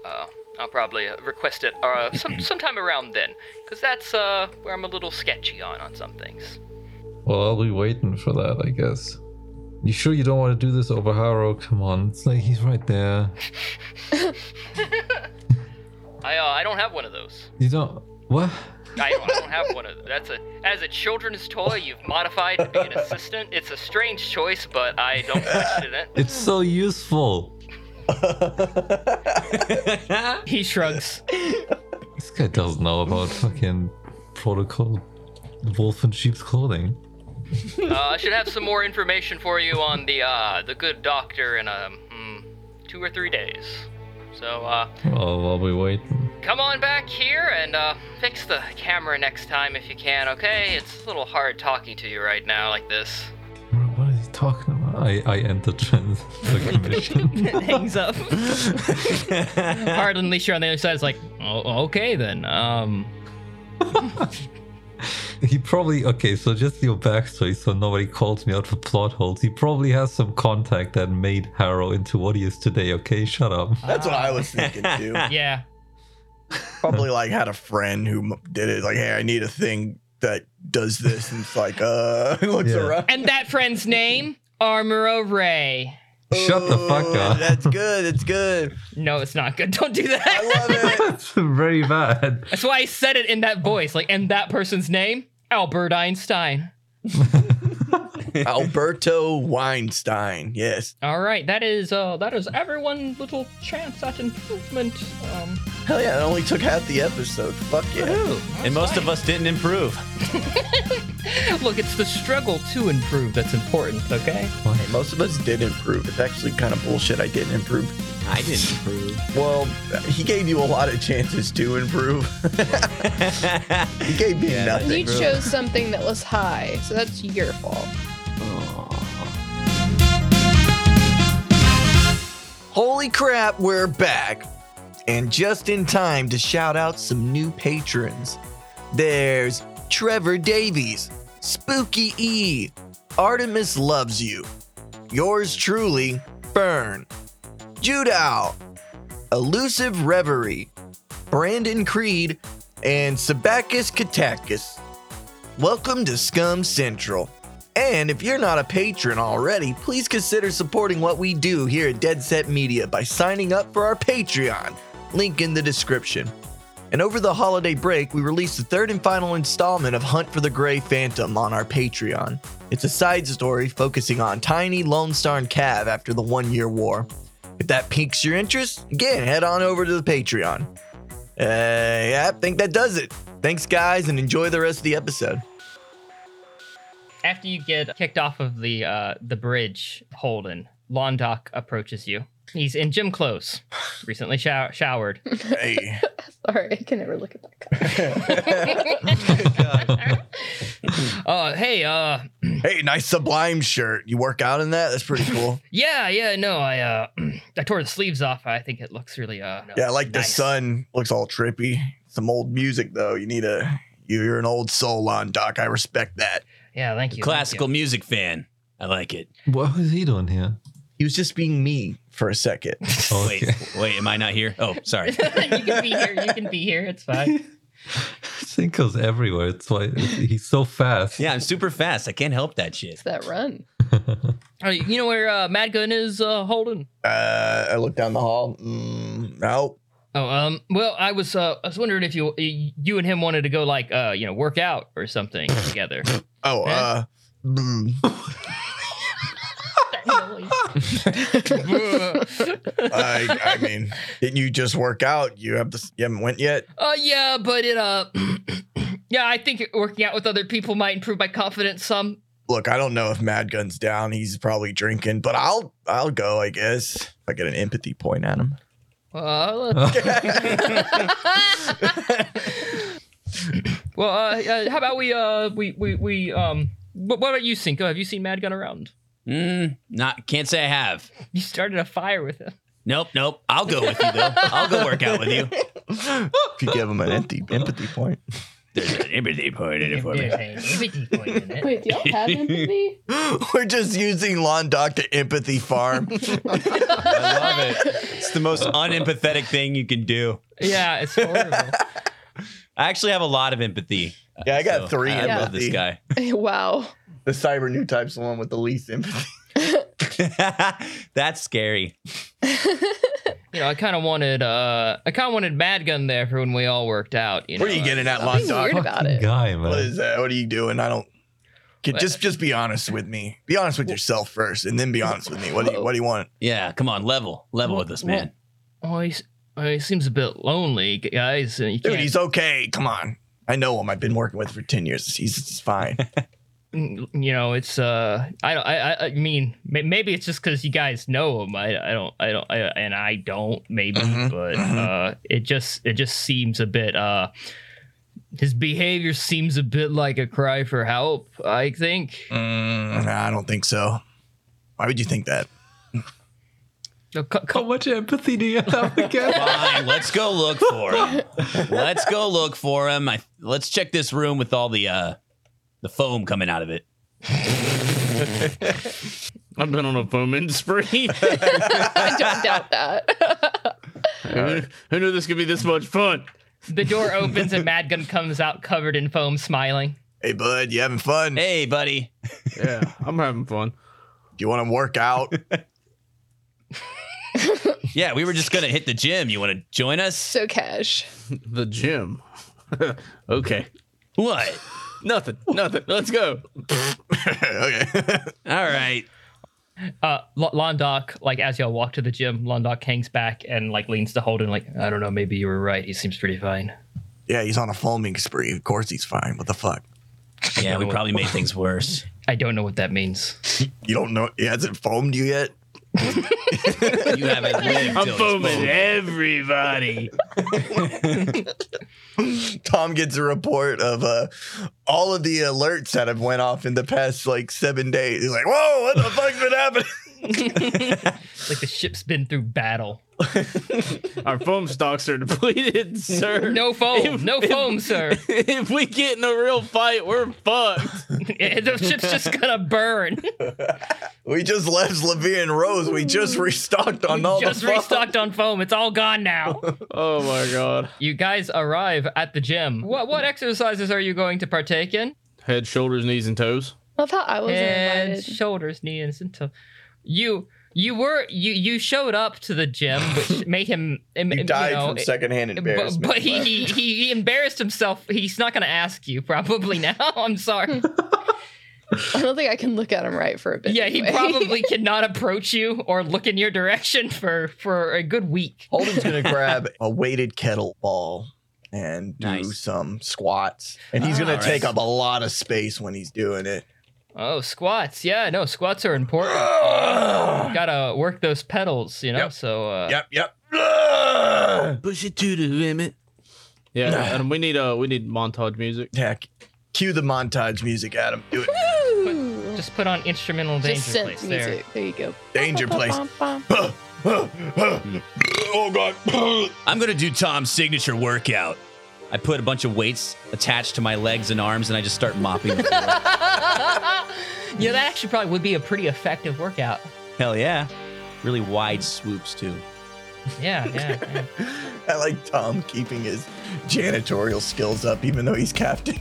[SPEAKER 2] Uh, I'll probably uh, request it uh, some, sometime around then, because that's uh, where I'm a little sketchy on on some things.
[SPEAKER 6] Well, I'll be waiting for that, I guess. You sure you don't want to do this over Haro? Come on, it's like he's right there.
[SPEAKER 2] I uh, I don't have one of those.
[SPEAKER 6] You don't. What?
[SPEAKER 2] I don't, I don't have one of those. That's a as a children's toy you've modified to be an assistant. It's a strange choice, but I don't question it.
[SPEAKER 6] It's so useful.
[SPEAKER 2] He shrugs.
[SPEAKER 6] This guy doesn't know about fucking protocol wolf in sheep's clothing.
[SPEAKER 2] Uh, I should have some more information for you on the uh, the good doctor in um hmm, two or three days. So uh,
[SPEAKER 6] Well, I'll be waiting.
[SPEAKER 2] come on back here and uh, fix the camera next time if you can. Okay, it's a little hard talking to you right now like this.
[SPEAKER 6] What what is he talking about? I, I entered trans the commission.
[SPEAKER 2] hangs up. Hardin Leisure on the other side is like, oh, okay then. Um,
[SPEAKER 6] he probably okay. So just your backstory, so nobody calls me out for plot holes. He probably has some contact that made Harrow into what he is today. Okay, shut up.
[SPEAKER 3] That's what I was thinking too.
[SPEAKER 2] yeah.
[SPEAKER 3] Probably like had a friend who m- did it. Like, hey, I need a thing that does this, and it's like, uh, he looks
[SPEAKER 6] Yeah.
[SPEAKER 3] around.
[SPEAKER 2] And that friend's name, Armoro Ray.
[SPEAKER 6] Shut the fuck
[SPEAKER 3] Ooh,
[SPEAKER 6] up.
[SPEAKER 3] That's good. That's good.
[SPEAKER 2] No, it's not good. Don't do
[SPEAKER 3] I
[SPEAKER 2] that.
[SPEAKER 3] love it.
[SPEAKER 6] That's very bad.
[SPEAKER 2] That's why I said it in that voice. Like, and that person's name, Albert Einstein.
[SPEAKER 3] Alberto Weinstein. Yes.
[SPEAKER 2] All right, that is uh, that is everyone little chance at improvement. Um,
[SPEAKER 3] Hell yeah, it only took half the episode. Fuck yeah.
[SPEAKER 5] and most of us didn't improve.
[SPEAKER 2] look, it's the struggle to improve that's important. Okay.
[SPEAKER 3] Hey, most of us did improve. It's actually kind of bullshit I didn't improve.
[SPEAKER 5] I didn't improve.
[SPEAKER 3] Well, he gave you a lot of chances to improve. he gave me nothing.
[SPEAKER 7] You chose something that was high, so that's your fault.
[SPEAKER 3] Holy crap, we're back. And just in time to shout out some new patrons. There's Trevor Davies, Spooky E, Artemis Loves You, Yours Truly, Fern, Judow, Elusive Reverie, Brandon Creed, and Sabacus Katakis. Welcome to Scum Central. And if you're not a patron already, please consider supporting what we do here at Dead Set Media by signing up for our Patreon. Link in the description. And over the holiday break, we released the third and final installment of Hunt for the Grey Phantom on our Patreon. It's a side story focusing on tiny Lone Star and Cav after the One Year War. If that piques your interest, again, head on over to the Patreon. Uh, yeah, I think that does it. Thanks, guys, and enjoy the rest of the episode.
[SPEAKER 2] After you get kicked off of the uh, the bridge, Holden Londoc approaches you. He's in gym clothes, recently show- showered.
[SPEAKER 3] Hey.
[SPEAKER 7] Sorry, I can never look at that. Guy.
[SPEAKER 2] Uh, hey, uh,
[SPEAKER 3] hey, nice Sublime shirt. You work out in that? That's pretty cool.
[SPEAKER 2] yeah, yeah, no, I uh, I tore the sleeves off. I think it looks really uh.
[SPEAKER 3] Yeah, I like the
[SPEAKER 2] nice.
[SPEAKER 3] sun. Looks all trippy. Some old music, though. You need a. you- You're an old soul on, Doc. I respect that.
[SPEAKER 2] Yeah, thank you. thank
[SPEAKER 5] Classical
[SPEAKER 2] you.
[SPEAKER 5] music fan. I like it.
[SPEAKER 6] What was he doing here? Oh,
[SPEAKER 3] He was just being me for a second.
[SPEAKER 5] Wait, wait, am I not here? Oh, sorry.
[SPEAKER 2] you can be here. You can be here. It's fine.
[SPEAKER 6] Sinkos everywhere. It's why he's so fast.
[SPEAKER 5] Yeah, I'm super fast. I can't help that shit.
[SPEAKER 7] It's that run.
[SPEAKER 2] Uh, you know where uh, Mad Gun is, uh, Holden?
[SPEAKER 3] Uh, I look down the hall. Mm, nope.
[SPEAKER 2] Oh, um, well, I was, uh, I was wondering if you, you and him wanted to go, like, uh, you know, work out or something together.
[SPEAKER 3] Oh,
[SPEAKER 2] Yeah.
[SPEAKER 3] uh, mm,
[SPEAKER 2] Uh,
[SPEAKER 3] I, I mean, didn't you just work out? You have the you haven't went yet.
[SPEAKER 2] uh, yeah, but it, uh, yeah, I think working out with other people might improve my confidence some.
[SPEAKER 3] Look, I don't know if Mad Gun's down. He's probably drinking, but I'll I'll go. I guess if I get an empathy point at him.
[SPEAKER 2] Uh, well, uh, uh, how about we, uh, we, we, we, um, what, what about you, Cinco? Have you seen Mad Gun around?
[SPEAKER 5] Mm, not can't say I have.
[SPEAKER 2] You started a fire with him.
[SPEAKER 5] Nope, nope. I'll go with you though. I'll go work out with you.
[SPEAKER 3] if you give him an empathy, empathy point,
[SPEAKER 5] There's an empathy point in it for me.
[SPEAKER 2] Wait,
[SPEAKER 7] Wait, do y'all have empathy?
[SPEAKER 3] we're just using Lon Doc to empathy farm.
[SPEAKER 5] I love it. It's the most unempathetic thing you can do.
[SPEAKER 2] yeah, it's horrible.
[SPEAKER 5] I actually have a lot of empathy.
[SPEAKER 3] yeah, I got three.
[SPEAKER 5] I, I
[SPEAKER 3] empathy.
[SPEAKER 5] love this guy.
[SPEAKER 7] wow.
[SPEAKER 3] The cyber new type's the one with the least empathy.
[SPEAKER 5] That's scary.
[SPEAKER 2] you know, I kind of wanted, uh, I kind of wanted Mad Gun there for when we all worked out. You
[SPEAKER 3] What
[SPEAKER 2] know,
[SPEAKER 3] are you
[SPEAKER 2] uh,
[SPEAKER 3] getting at, Lon
[SPEAKER 7] Being
[SPEAKER 3] Doc?
[SPEAKER 7] weird about it.
[SPEAKER 6] guy,
[SPEAKER 3] What
[SPEAKER 6] man.
[SPEAKER 3] is that? What are you doing? I don't. Could
[SPEAKER 2] What?
[SPEAKER 3] just just be honest with me. Be honest with yourself first, and then be honest with me. What do you What do you want?
[SPEAKER 5] Yeah, come on, level, level with this man.
[SPEAKER 2] Oh, he's, oh, he seems a bit lonely, g- guys. and You
[SPEAKER 3] Dude,
[SPEAKER 2] can't,
[SPEAKER 3] he's okay. Come on. I know him. I've been working with him for ten years. He's, he's fine.
[SPEAKER 2] mm, you know, it's uh, I don't, I, I, I mean, may- maybe it's just because you guys know him. I, I don't, I don't, I, and I don't, maybe,
[SPEAKER 3] Mhm,
[SPEAKER 2] but
[SPEAKER 3] mhm.
[SPEAKER 2] uh, it just, it just seems a bit uh, his behavior seems a bit like a cry for help. I think.
[SPEAKER 3] Mm, nah, I don't think so. Why would you think that?
[SPEAKER 2] Uh, co- co-
[SPEAKER 6] How much empathy do you have again?
[SPEAKER 5] Fine, let's go look for him. Let's go look for him. I, let's check this room with all the uh, the foam coming out of it.
[SPEAKER 4] I've been on a foaming spree.
[SPEAKER 7] I don't doubt that.
[SPEAKER 4] who, who knew this could be this much fun?
[SPEAKER 2] the door opens and Mad Gun comes out covered in foam, smiling.
[SPEAKER 3] Hey, bud, you having fun?
[SPEAKER 5] Hey, buddy.
[SPEAKER 4] Yeah, I'm having fun.
[SPEAKER 3] Do you want to work out?
[SPEAKER 5] Yeah, we were just gonna hit the gym. You want to join us?
[SPEAKER 7] so cash.
[SPEAKER 4] The gym. okay.
[SPEAKER 5] What?
[SPEAKER 4] Nothing. Nothing. Let's go.
[SPEAKER 3] okay.
[SPEAKER 5] All right.
[SPEAKER 2] Uh, L- Londoc, like as y'all walk to the gym, Londoc hangs back and like leans to Holden, like I don't know, maybe you were right. He seems pretty fine.
[SPEAKER 3] yeah, he's on a foaming spree. Of course, he's fine. What the fuck?
[SPEAKER 5] Yeah, we probably made things worse.
[SPEAKER 2] I don't know what that means.
[SPEAKER 3] You don't know? He hasn't foamed you yet.
[SPEAKER 5] You haven't lived.
[SPEAKER 4] I'm
[SPEAKER 5] till it's
[SPEAKER 4] foaming
[SPEAKER 5] foam.
[SPEAKER 4] everybody.
[SPEAKER 3] Tom gets a report of uh, all of the alerts that have went off in the past like seven days. He's like, "Whoa, what the fuck's been happening?"
[SPEAKER 2] Like the ship's been through battle.
[SPEAKER 4] Our foam stocks are depleted, sir.
[SPEAKER 2] No foam, no foam, sir.
[SPEAKER 4] If we get in a real fight, we're fucked.
[SPEAKER 2] the ship's just gonna burn.
[SPEAKER 3] We just left Levine and Rose. We just restocked on all
[SPEAKER 2] just
[SPEAKER 3] the foam.
[SPEAKER 2] restocked on foam. It's all gone now.
[SPEAKER 4] Oh my god.
[SPEAKER 2] you guys arrive at the gym. What
[SPEAKER 3] Mm-hmm.
[SPEAKER 2] what exercises are you going to partake in?
[SPEAKER 4] Head, shoulders, knees, and toes.
[SPEAKER 7] Love how I wasn't
[SPEAKER 2] and
[SPEAKER 7] invited.
[SPEAKER 2] shoulders, knees, and toe. You you were you you showed up to the gym, which made him em-
[SPEAKER 3] You
[SPEAKER 2] em-
[SPEAKER 3] died
[SPEAKER 2] know,
[SPEAKER 3] from secondhand
[SPEAKER 2] but,
[SPEAKER 3] embarrassment.
[SPEAKER 2] but he, he he embarrassed himself. He's not going to ask you probably now. I'm sorry.
[SPEAKER 7] I don't think I can look at him right for a bit.
[SPEAKER 2] Yeah, he
[SPEAKER 7] anyway.
[SPEAKER 2] probably cannot approach you or look in your direction for for a good week.
[SPEAKER 3] Holden's gonna grab a weighted kettleball and do
[SPEAKER 5] Nice.
[SPEAKER 3] some squats, and he's gonna
[SPEAKER 5] Alright.
[SPEAKER 3] take up a lot of space when he's doing it.
[SPEAKER 2] Oh, squats. Yeah, no, squats are important. Gotta work those pedals, you know.
[SPEAKER 3] Yep.
[SPEAKER 2] So uh,
[SPEAKER 3] Yep, yep. Ugh.
[SPEAKER 4] Push it to the limit. Yeah, and we need uh we need montage music.
[SPEAKER 3] Heck, cue the montage music, Adam. Do it.
[SPEAKER 7] Ooh.
[SPEAKER 2] just put on instrumental
[SPEAKER 7] Just
[SPEAKER 2] danger place
[SPEAKER 7] synth music. There. you go.
[SPEAKER 3] Danger place. oh god.
[SPEAKER 5] I'm gonna do Tom's signature workout. I put a bunch of weights attached to my legs and arms, and I just start mopping. the floor.
[SPEAKER 2] there. Yeah, that actually probably would be a pretty effective workout.
[SPEAKER 5] Hell yeah! Really wide swoops too.
[SPEAKER 2] Yeah, yeah. yeah.
[SPEAKER 3] I like Tom keeping his janitorial skills up, even though he's captain.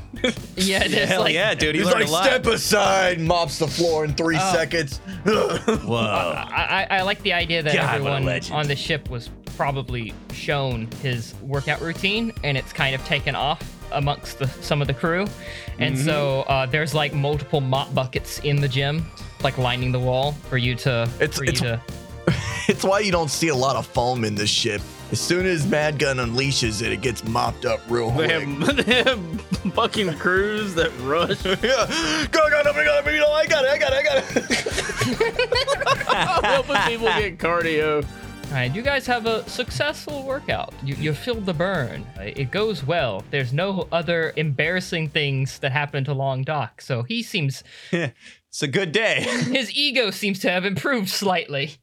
[SPEAKER 2] Yeah, there's
[SPEAKER 5] Hell
[SPEAKER 2] like
[SPEAKER 5] yeah, dude! He
[SPEAKER 3] he's like,
[SPEAKER 5] learned a lot.
[SPEAKER 3] step aside, mops the floor in three
[SPEAKER 2] Oh.
[SPEAKER 3] seconds.
[SPEAKER 5] Whoa!
[SPEAKER 2] I, I I like the idea that
[SPEAKER 5] God, what a
[SPEAKER 2] everyone
[SPEAKER 5] legend.
[SPEAKER 2] on the ship was probably shown his workout routine, and it's kind of taken off amongst the, some of the crew. And
[SPEAKER 5] Mm-hmm.
[SPEAKER 2] so uh, there's like multiple mop buckets in the gym, like lining the wall for you to.
[SPEAKER 3] It's-
[SPEAKER 2] for
[SPEAKER 3] it's-
[SPEAKER 2] you to
[SPEAKER 3] it's why you don't see a lot of foam in this ship. As soon as Mad Gun unleashes it, it gets mopped up real
[SPEAKER 4] They
[SPEAKER 3] quick.
[SPEAKER 4] have, they have fucking crews that rush.
[SPEAKER 3] yeah. Go, go, no, go, go, no, I got it, I got it, I got it.
[SPEAKER 4] Helping people get cardio.
[SPEAKER 2] All right, you guys have a successful workout. You, you feel the burn. It goes well. There's no other embarrassing things that happen to Long Doc. So he seems,
[SPEAKER 5] It's a good day.
[SPEAKER 2] his ego seems to have improved slightly.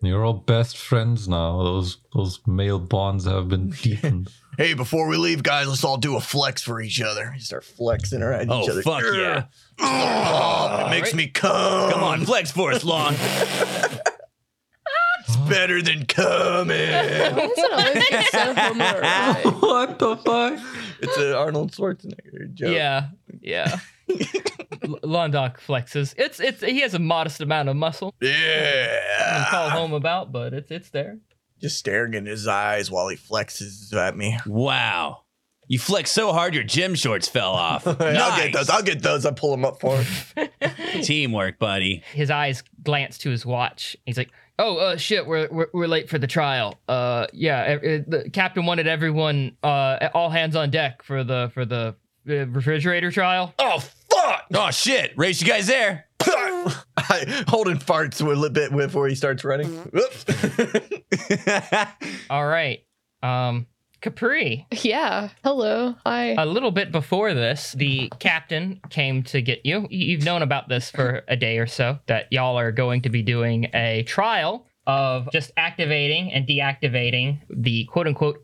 [SPEAKER 6] You're all best friends now. Those those male bonds have been deepened.
[SPEAKER 3] hey, before we leave, guys, let's all do a flex for each other. You start flexing around
[SPEAKER 5] Oh
[SPEAKER 3] each other.
[SPEAKER 5] fuck yeah!
[SPEAKER 3] Oh, it makes
[SPEAKER 2] right.
[SPEAKER 3] me cum.
[SPEAKER 5] Come on, flex for us, Long.
[SPEAKER 3] Better than coming.
[SPEAKER 7] Why does it always be so homoerotic?
[SPEAKER 6] what the fuck?
[SPEAKER 3] it's an Arnold Schwarzenegger joke.
[SPEAKER 2] Yeah, yeah. L- Long Doc flexes. It's it's he has a modest amount of muscle to call
[SPEAKER 3] Yeah.
[SPEAKER 2] home about, but it's it's there.
[SPEAKER 3] Just staring in his eyes while he flexes at me.
[SPEAKER 5] Wow! You flexed so hard, your gym shorts fell off.
[SPEAKER 3] I'll get
[SPEAKER 5] Nice.
[SPEAKER 3] those. I'll get those. I'll pull them up for him.
[SPEAKER 5] Teamwork, buddy.
[SPEAKER 2] His eyes glance to his watch. He's like, "Oh uh, shit, we're, we're we're late for the trial. Uh, yeah, e- e- the captain wanted everyone, uh, all hands on deck for the for the uh, refrigerator trial.
[SPEAKER 5] Oh fuck! Oh shit! Race you guys there.
[SPEAKER 3] I, Holden farts a little bit before he starts running. Whoops.
[SPEAKER 2] All right, um, Capri."
[SPEAKER 7] Yeah. Hello. Hi.
[SPEAKER 2] A little bit before this, the captain came to get you. Y- You've known about this for a day or so that y'all are going to be doing a trial of just activating and deactivating the quote unquote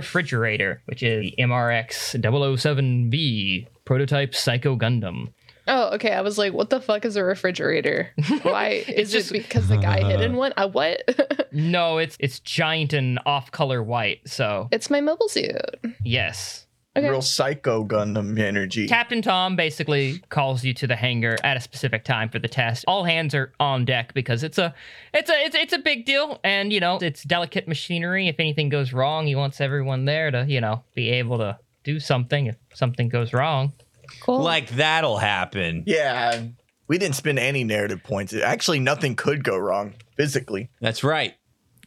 [SPEAKER 2] refrigerator, which is the MRX 007B prototype Psycho Gundam.
[SPEAKER 7] Oh, okay. I was like, what the fuck is a refrigerator? Why is
[SPEAKER 2] just-
[SPEAKER 7] it because the guy hid in one? I what?
[SPEAKER 2] No, it's it's giant and off color white. So,
[SPEAKER 7] it's my mobile suit.
[SPEAKER 2] yes.
[SPEAKER 7] Okay.
[SPEAKER 3] Real psycho Gundam energy.
[SPEAKER 2] Captain Tom basically calls you to the hangar at a specific time for the test. All hands are on deck because it's a it's a it's, it's a big deal and you know, it's delicate machinery. If anything goes wrong, he wants everyone there to, you know, be able to do something if something goes wrong.
[SPEAKER 7] cool.
[SPEAKER 5] Like that'll happen.
[SPEAKER 3] yeah. We didn't spend any narrative points. Actually, nothing could go wrong physically.
[SPEAKER 5] That's right.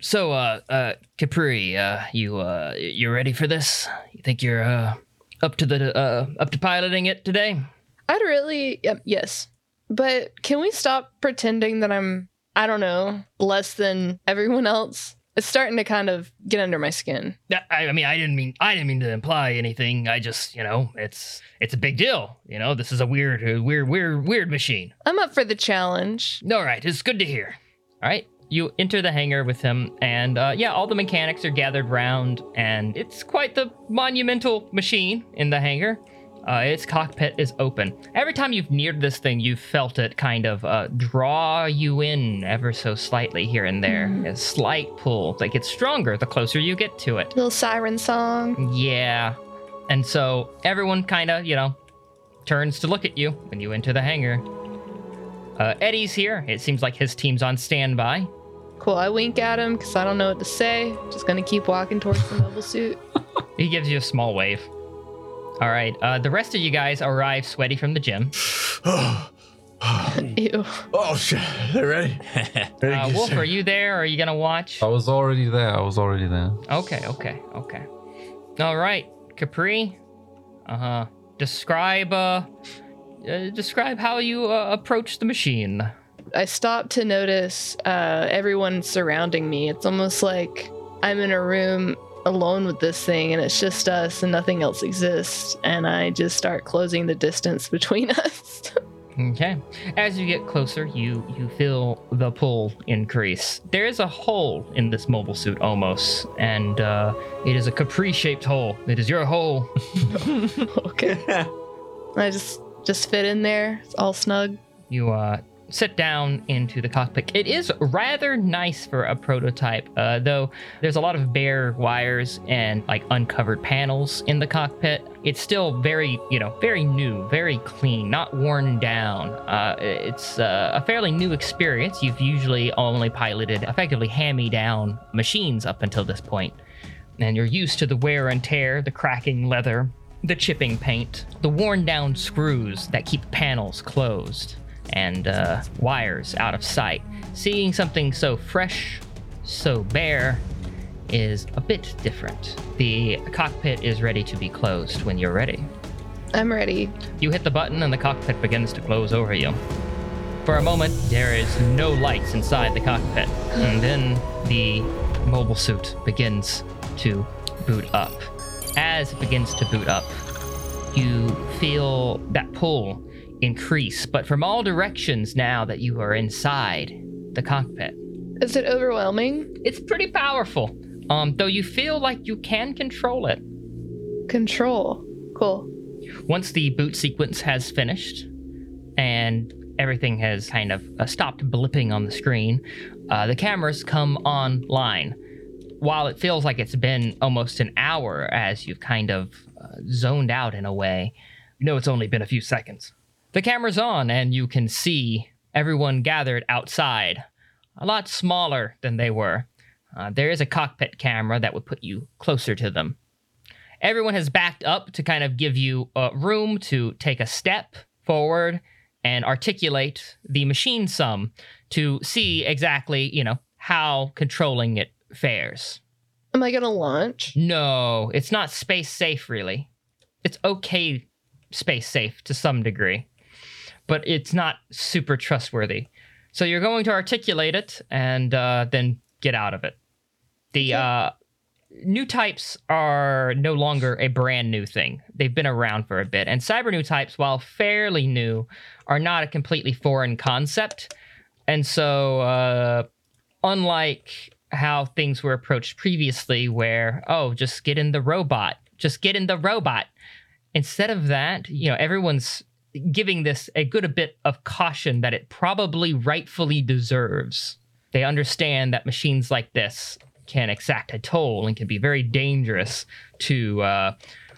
[SPEAKER 2] So uh uh Capri, uh you uh you ready for this? You think you're uh up to the uh up to piloting it today?
[SPEAKER 7] I'd really yep, yes. But can we stop pretending that I'm I don't know, less than everyone else? It's starting to kind of get under my skin.
[SPEAKER 2] That- I, I mean, I didn't mean I didn't mean to imply anything. I just, you know, it's it's a big deal. You know, this is a weird, uh, weird, weird, weird machine.
[SPEAKER 7] I'm up for the challenge.
[SPEAKER 2] All right, it's good to hear. All right, you enter the hangar with him, and uh, yeah, all the mechanics are gathered round, and it's quite the monumental machine in the hangar. Uh, its cockpit is open. Every time you've neared this thing, you've felt it kind of uh, draw you in ever so slightly here and there. A slight pull that gets stronger the closer you get to it.
[SPEAKER 7] Little siren song.
[SPEAKER 2] Yeah. And so everyone kind of, you know, turns to look at you when you enter the hangar. Uh, Eddie's here. It seems like his team's on standby.
[SPEAKER 7] Cool. I wink at him because I don't know what to say. Just gonna keep walking towards the mobile suit.
[SPEAKER 2] He gives you a small wave. All right. Uh, the rest of you guys arrive sweaty from the gym.
[SPEAKER 7] Ew.
[SPEAKER 4] Oh shit! They ready? Ready to
[SPEAKER 2] Uh,
[SPEAKER 4] get
[SPEAKER 2] Wolf,
[SPEAKER 4] started.
[SPEAKER 2] are you there? Are you gonna watch?
[SPEAKER 6] I was already there. I was already there.
[SPEAKER 2] Okay, okay, okay. All right, Capri. Uh huh. Describe uh, uh, describe how you uh, approach the machine.
[SPEAKER 7] I stopped to notice uh, everyone surrounding me. It's almost like I'm in a room alone with this thing and it's just us and nothing else exists. And I just start closing the distance between us.
[SPEAKER 2] Okay. As you get closer, you you feel the pull increase. There is a hole in this mobile suit almost, and uh, it is a Capri-shaped hole. It is your hole.
[SPEAKER 7] okay. I just just fit in there. It's all snug.
[SPEAKER 2] You uh, sit down into the cockpit. It is rather nice for a prototype, uh, though there's a lot of bare wires and like uncovered panels in the cockpit. It's still very, you know, very new, very clean, not worn down. Uh, it's uh, a fairly new experience. You've usually only piloted effectively hand me down machines up until this point and you're used to the wear and tear, the cracking leather, the chipping paint, the worn down screws that keep panels closed, and uh, wires out of sight. Seeing something so fresh, so bare, is a bit different. The cockpit is ready to be closed when you're ready.
[SPEAKER 7] I'm ready.
[SPEAKER 2] You hit the button and the cockpit begins to close over you. For a moment, there is no lights inside the cockpit, and then the mobile suit begins to boot up. As it begins to boot up, you feel that pull increase, but from all directions now that you are inside the cockpit
[SPEAKER 7] Is it overwhelming?
[SPEAKER 2] it's pretty powerful. Um, though you feel like you can control it.
[SPEAKER 7] Control. Cool.
[SPEAKER 2] Once the boot sequence has finished and everything has kind of uh, stopped blipping on the screen, uh, the cameras come online. While it feels like it's been almost an hour as you've kind of uh, zoned out in a way, you know it's only been a few seconds. The camera's on, and you can see everyone gathered outside, a lot smaller than they were. Uh, there is a cockpit camera that would put you closer to them everyone has backed up to kind of give you uh, room to take a step forward and articulate the machine sum to see exactly, you know, how controlling it fares.
[SPEAKER 7] Am I gonna launch?
[SPEAKER 2] No, it's not space safe, really. It's okay space safe to some degree, but it's not super trustworthy. So you're going to articulate it and uh, then get out of it. The uh, new types are no longer a brand new thing. They've been around for a bit. And cyber new types, while fairly new, are not a completely foreign concept. And so uh, unlike how things were approached previously, where, oh, just get in the robot, just get in the robot. Instead of that, you know, everyone's giving this a good bit of caution that it probably rightfully deserves. They understand that machines like this can exact a toll and can be very dangerous to uh,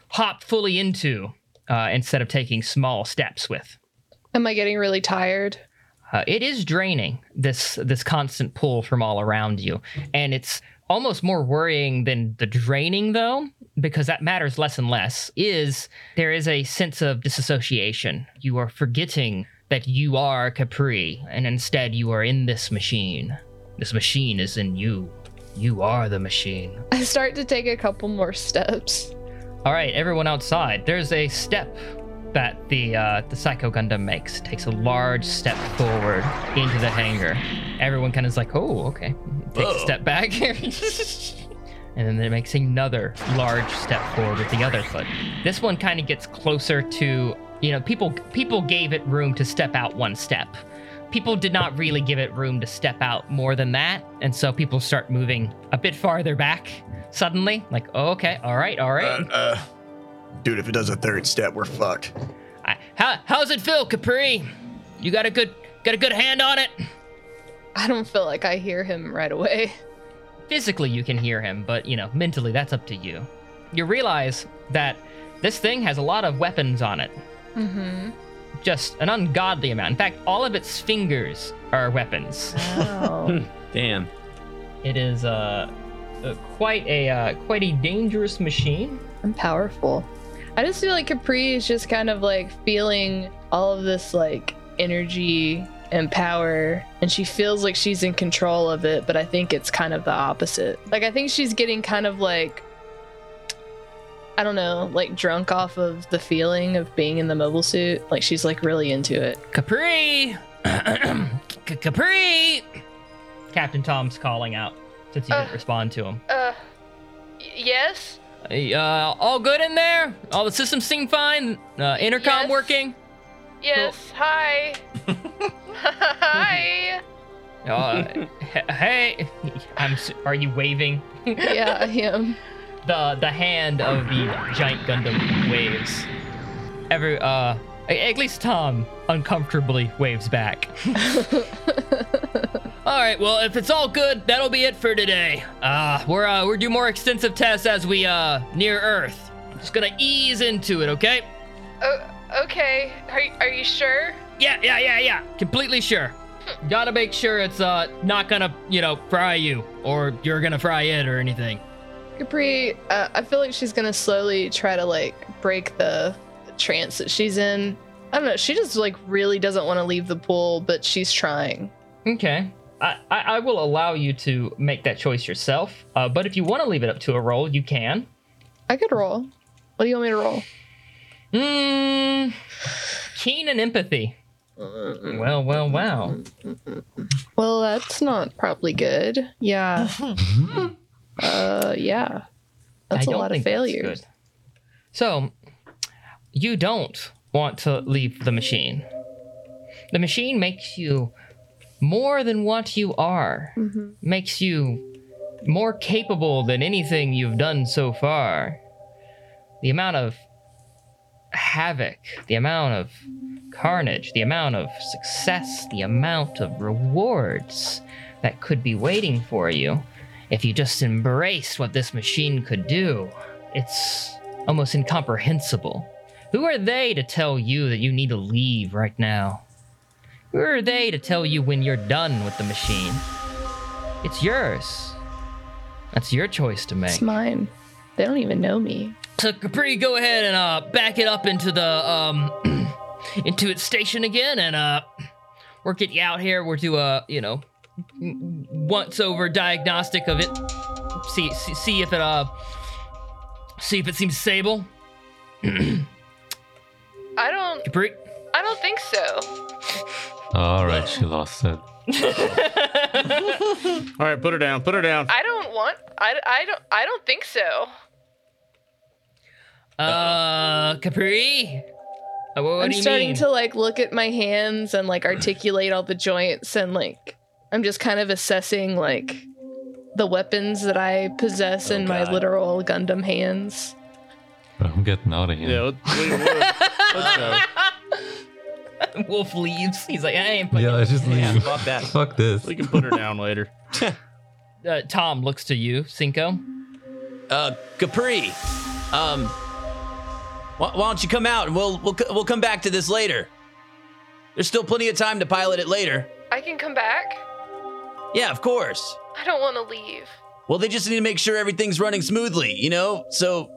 [SPEAKER 2] hop fully into uh, instead of taking small steps with.
[SPEAKER 7] Am I getting really tired?
[SPEAKER 2] Uh, it is draining this this constant pull from all around you, and it's almost more worrying than the draining though, because that matters less and less. Is there is a sense of disassociation? You are forgetting that you are Capri, and instead you are in this machine. This machine is in you. You are the machine.
[SPEAKER 7] I start to take a couple more steps.
[SPEAKER 2] All right, everyone outside. There's a step that the uh, the Psycho Gundam makes. It takes a large step forward into the hangar. Everyone kind of is like, "Oh, okay." Takes a
[SPEAKER 5] Whoa.
[SPEAKER 2] step back, and then it makes another large step forward with the other foot. This one kind of gets closer to you know people. People gave it room to step out one step. People did not really give it room to step out more than that, and so people start moving a bit farther back suddenly. Like, oh, okay, all right, all right.
[SPEAKER 4] Uh, uh,
[SPEAKER 3] Dude, if it does a third step, we're fucked.
[SPEAKER 2] I, how how's it feel, Capri? You got a good got a good hand on it.
[SPEAKER 7] I don't feel like I hear him right away.
[SPEAKER 2] Physically, you can hear him, but you know, mentally, that's up to you. You realize that this thing has a lot of weapons on it.
[SPEAKER 7] Mm-hmm.
[SPEAKER 2] Just an ungodly amount. In fact, all of its fingers are weapons.
[SPEAKER 7] Oh.
[SPEAKER 5] Damn.
[SPEAKER 2] It is uh, uh, quite a uh, quite a dangerous machine.
[SPEAKER 7] I'm powerful. I just feel like Capri is just kind of like feeling all of this like energy and power and she feels like she's in control of it but i think it's kind of the opposite like i think she's getting kind of like i don't know like drunk off of the feeling of being in the mobile suit like she's like really into it
[SPEAKER 2] Capri! C- Capri! Captain Tom's calling out since you didn't
[SPEAKER 7] Uh.
[SPEAKER 2] respond to him.
[SPEAKER 7] uh yes
[SPEAKER 2] Hey, Uh, all good in there? All the systems seem fine? Uh, intercom
[SPEAKER 7] Yes.
[SPEAKER 2] working?
[SPEAKER 7] yes hi hi
[SPEAKER 2] Uh, he- hey, I'm. s- Are you waving?
[SPEAKER 7] yeah i am
[SPEAKER 2] The the hand of the giant Gundam waves. Every uh, a- at least Tom uncomfortably waves back. all right. Well, if it's all good, that'll be it for today. Uh, we're uh, we're do more extensive tests as we uh near Earth. Just gonna ease into it, okay?
[SPEAKER 7] Oh, okay. Are, are you sure?
[SPEAKER 2] Yeah, yeah, yeah, yeah. Completely sure. Gotta make sure it's uh not gonna you know fry you or you're gonna fry it or anything.
[SPEAKER 7] Capri, uh, I feel like she's gonna slowly try to like break the trance that she's in. I don't know. She just like really doesn't want to leave the pool, but she's trying.
[SPEAKER 2] Okay. I, I, I will allow you to make that choice yourself, uh, but if you want to leave it up to a roll, you can.
[SPEAKER 7] I could roll. What do you want me to roll?
[SPEAKER 2] Mm, keen and empathy. Well, well, well.
[SPEAKER 7] Well, that's not probably good. Yeah. uh, yeah. That's
[SPEAKER 2] I
[SPEAKER 7] a
[SPEAKER 2] don't
[SPEAKER 7] lot of
[SPEAKER 2] think that's
[SPEAKER 7] failures.
[SPEAKER 2] good. So, you don't want to leave the machine. The machine makes you more than what you are,
[SPEAKER 7] Mm-hmm.
[SPEAKER 2] makes you more capable than anything you've done so far. The amount of havoc, the amount of carnage, the amount of success, the amount of rewards that could be waiting for you if you just embraced what this machine could do, it's almost incomprehensible. Who are they to tell you that you need to leave right now? Who are they to tell you when you're done with the machine? It's yours. That's your choice to make.
[SPEAKER 7] It's mine. They don't even know me.
[SPEAKER 2] So Capri, go ahead and uh, back it up into the um, into its station again, and uh, we'll get you out here. We'll do a you know once over diagnostic of it. See see, see if it uh see if it seems stable.
[SPEAKER 7] I don't.
[SPEAKER 2] Capri,
[SPEAKER 7] I don't think so.
[SPEAKER 6] All right, she lost it.
[SPEAKER 4] All right, put her down. Put her down.
[SPEAKER 7] I don't want. I, I don't. I don't think so.
[SPEAKER 2] uh, Capri. Uh, what, what
[SPEAKER 7] I'm
[SPEAKER 2] do you
[SPEAKER 7] starting
[SPEAKER 2] mean?
[SPEAKER 7] to like look at my hands and like articulate all the joints and like I'm just kind of assessing like the weapons that I possess
[SPEAKER 2] Oh,
[SPEAKER 7] in my
[SPEAKER 5] God.
[SPEAKER 7] literal Gundam hands.
[SPEAKER 6] But I'm getting out of here.
[SPEAKER 4] Yeah, let's, we- we'll- let's go.
[SPEAKER 2] Wolf leaves. He's like, I ain't.
[SPEAKER 6] Yeah, I
[SPEAKER 2] fucking-
[SPEAKER 6] just leave.
[SPEAKER 5] Yeah, fuck that.
[SPEAKER 6] Fuck this.
[SPEAKER 4] We can put her down later.
[SPEAKER 2] Uh, Tom looks to you, Cinco.
[SPEAKER 5] Uh, Capri, um, why, why don't you come out and we'll we'll co- we'll come back to this later. There's still plenty of time to pilot it later.
[SPEAKER 7] I can come back.
[SPEAKER 5] Yeah, of course.
[SPEAKER 7] I don't want to leave.
[SPEAKER 5] Well, they just need to make sure everything's running smoothly, you know? So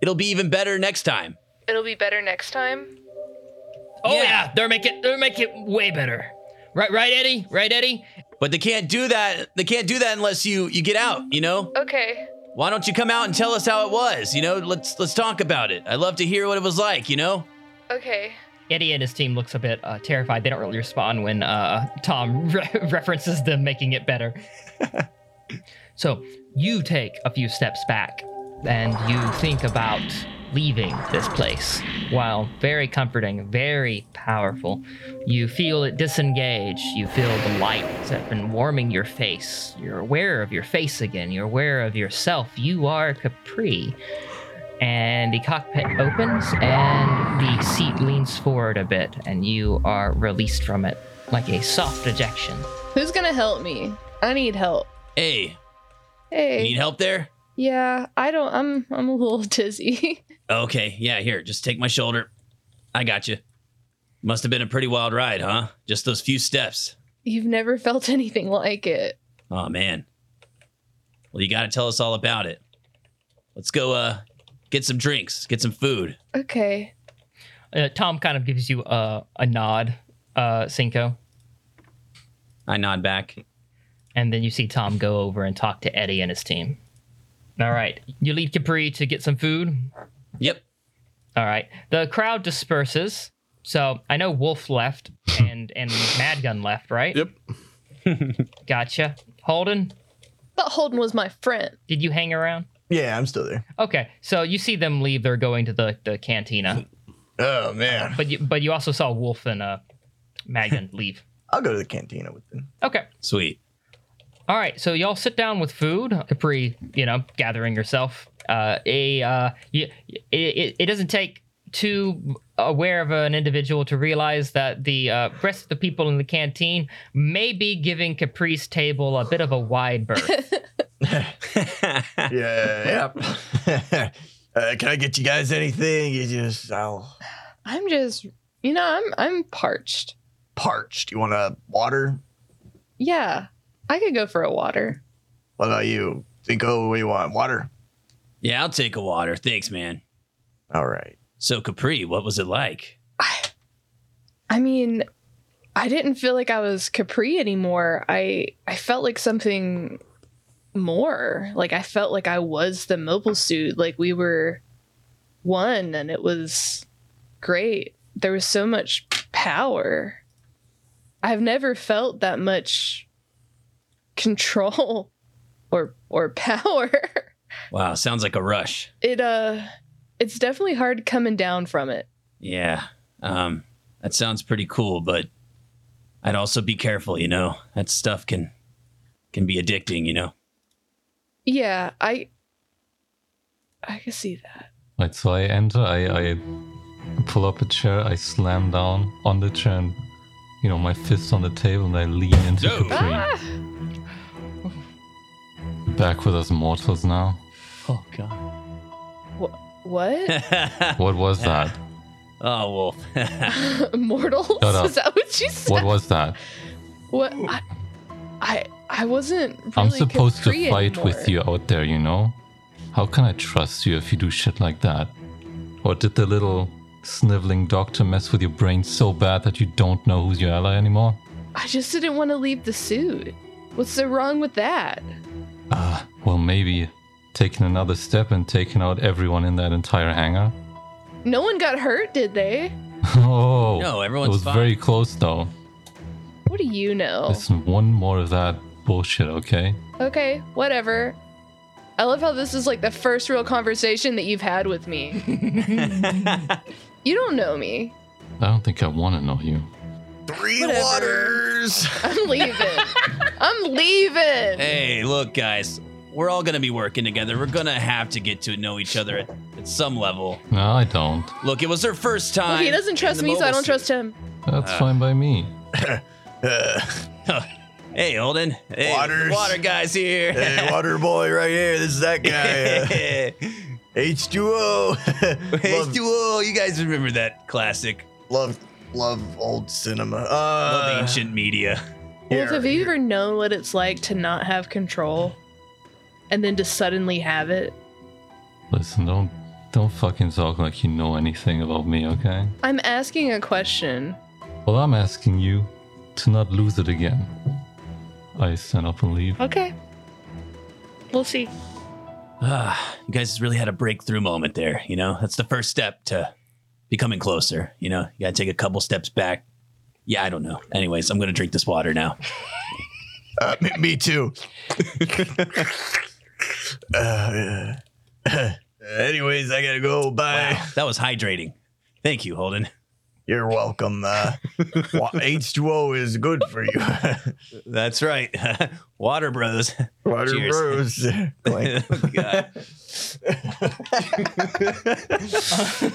[SPEAKER 5] it'll be even better next time.
[SPEAKER 7] It'll be better next time.
[SPEAKER 2] Oh yeah.
[SPEAKER 5] Yeah.
[SPEAKER 2] they're making they're making it way better. Right, right, Eddie, right, Eddie.
[SPEAKER 5] But they can't do that. They can't do that unless you you get out, you know?
[SPEAKER 7] Okay.
[SPEAKER 5] Why don't you come out and tell us how it was, you know? Let's let's talk about it. I'd love to hear what it was like, you know?
[SPEAKER 7] Okay.
[SPEAKER 2] Eddie and his team looks a bit uh, terrified. They don't really respond when uh, Tom re- references them making it better. so you take a few steps back and you think about leaving this place. While very comforting, very powerful, you feel it disengage. You feel the light that's been warming your face. You're aware of your face again. You're aware of yourself. You are Capri. and the cockpit opens and the seat leans forward a bit and you are released from it like a soft ejection
[SPEAKER 7] Who's gonna help me? I need help.
[SPEAKER 5] Hey, you need
[SPEAKER 7] Hey.
[SPEAKER 5] help there?
[SPEAKER 7] Yeah, I don't I'm I'm a little dizzy.
[SPEAKER 5] Okay, yeah, here, just take my shoulder. I got you. Must have been a pretty wild ride, huh? Just those few steps.
[SPEAKER 7] You've never felt anything like it.
[SPEAKER 5] Oh man. Well, you got to tell us all about it. Let's go uh get some drinks, get some food.
[SPEAKER 7] Okay.
[SPEAKER 2] uh, tom kind of gives you a, a nod uh, Cinco,
[SPEAKER 5] I nod back.
[SPEAKER 2] and then you see Tom go over and talk to Eddie and his team. All right, you lead Capri to get some food.
[SPEAKER 5] Yep.
[SPEAKER 2] All right, the crowd disperses. So I know Wolf left and and Madgun left, right?
[SPEAKER 4] Yep.
[SPEAKER 2] Gotcha. Holden,
[SPEAKER 7] But Holden was my friend.
[SPEAKER 2] did you hang around?
[SPEAKER 3] Yeah, I'm still there.
[SPEAKER 2] Okay, so you see them leave. They're going to the, the cantina,
[SPEAKER 3] Oh man,
[SPEAKER 2] but you, but you also saw Wolf and uh, Madgun leave.
[SPEAKER 3] I'll go to the cantina with them.
[SPEAKER 2] Okay.
[SPEAKER 5] Sweet.
[SPEAKER 2] All right, so y'all sit down with food. Capri, you know, gathering yourself. Uh, a uh, you, it, it, it doesn't take too aware of an individual to realize that the uh, rest of the people in the canteen may be giving Capri's table a bit of a wide berth.
[SPEAKER 3] Yeah, yep. uh, can I get you guys anything? You just, I'll
[SPEAKER 7] I'm just, you know, I'm I'm parched.
[SPEAKER 3] parched. You want a water?
[SPEAKER 7] Yeah, I could go for a water.
[SPEAKER 3] What about you? Cinco, what do you want? Water?
[SPEAKER 5] Yeah, I'll take a water. Thanks, man.
[SPEAKER 3] All right.
[SPEAKER 5] So Capri, what was it like?
[SPEAKER 7] I mean, I didn't feel like I was Capri anymore. I I felt like something more. Like I felt like I was the mobile suit. Like we were one, and it was great. There was so much power. I've never felt that much control or or power.
[SPEAKER 5] Wow, sounds like a rush.
[SPEAKER 7] it uh it's definitely hard coming down from it
[SPEAKER 5] Yeah. Um, that sounds pretty cool, but I'd also be careful, you know. That stuff can can be addicting, you know.
[SPEAKER 7] yeah i i can see that
[SPEAKER 6] Right, so I enter, I, I pull up a chair, I slam down on the chair, and, you know, my fist on the table, and I lean into
[SPEAKER 5] Dude.
[SPEAKER 6] Capri. Back with us mortals now.
[SPEAKER 5] Oh god.
[SPEAKER 7] what
[SPEAKER 6] What was that?
[SPEAKER 5] oh wolf.
[SPEAKER 7] mortals
[SPEAKER 6] Shut up.
[SPEAKER 7] is that what you said
[SPEAKER 6] What was that?
[SPEAKER 7] what i i, I wasn't really
[SPEAKER 6] I'm supposed
[SPEAKER 7] Capri
[SPEAKER 6] to fight with
[SPEAKER 7] anymore.
[SPEAKER 6] you out there, you know? How can I trust you if you do shit like that? Or did the little sniveling doctor mess with your brain so bad that you don't know who's your ally anymore?
[SPEAKER 7] i just didn't want to leave the suit what's so wrong with that
[SPEAKER 6] Ah, well, maybe taking another step and taking out everyone in that entire hangar?
[SPEAKER 7] no one got hurt did they
[SPEAKER 6] oh,
[SPEAKER 5] No,
[SPEAKER 6] it
[SPEAKER 5] everyone's
[SPEAKER 6] was
[SPEAKER 5] fine. Oh.
[SPEAKER 6] very close though.
[SPEAKER 7] what do you know
[SPEAKER 6] Listen, one more of that bullshit, okay?
[SPEAKER 7] okay whatever i love how this is like the first real conversation that you've had with me you don't know me
[SPEAKER 6] I don't think I want to know you.
[SPEAKER 3] Three
[SPEAKER 7] Whatever.
[SPEAKER 3] waters.
[SPEAKER 7] I'm leaving. I'm leaving.
[SPEAKER 5] hey, look guys. We're all going to be working together. We're going to have to get to know each other at, at some level.
[SPEAKER 6] No, I don't.
[SPEAKER 5] Look, it was her first time.
[SPEAKER 7] Well, he doesn't trust
[SPEAKER 5] in the
[SPEAKER 7] me, so I
[SPEAKER 5] mobile
[SPEAKER 7] don't trust him.
[SPEAKER 6] That's
[SPEAKER 5] Ah.
[SPEAKER 6] fine by me.
[SPEAKER 3] Uh,
[SPEAKER 5] suit. Hey, Holden. Hey,
[SPEAKER 3] Waters.
[SPEAKER 5] Water guy's here.
[SPEAKER 3] hey, water boy, right here. This is that guy. uh, H2O.
[SPEAKER 5] Hey,
[SPEAKER 3] love,
[SPEAKER 5] Stuo, you guys remember that classic
[SPEAKER 3] love, love old cinema. Uh,
[SPEAKER 5] of ancient media?
[SPEAKER 7] Wolf, have you ever known what it's like to not have control and then to suddenly have it?
[SPEAKER 6] Listen, don't don't fucking talk like you know anything about me, okay?
[SPEAKER 7] I'm asking a question.
[SPEAKER 6] Well, I'm asking you to not lose it again. I stand up and leave.
[SPEAKER 7] Okay. We'll see.
[SPEAKER 5] Ah, you guys really had a breakthrough moment there. You know, that's the first step to becoming closer. You know, you gotta take a couple steps back. Yeah, I don't know. Anyways, I'm gonna drink this water now.
[SPEAKER 3] Uh, me, me too. uh, yeah. anyways, I gotta go. Bye.
[SPEAKER 5] Wow, that was hydrating. Thank you, Holden.
[SPEAKER 3] You're welcome. Uh, wa- H2O is good for you.
[SPEAKER 5] That's right, water bros.
[SPEAKER 3] Water
[SPEAKER 5] Cheers.
[SPEAKER 3] rose. Like,
[SPEAKER 5] God.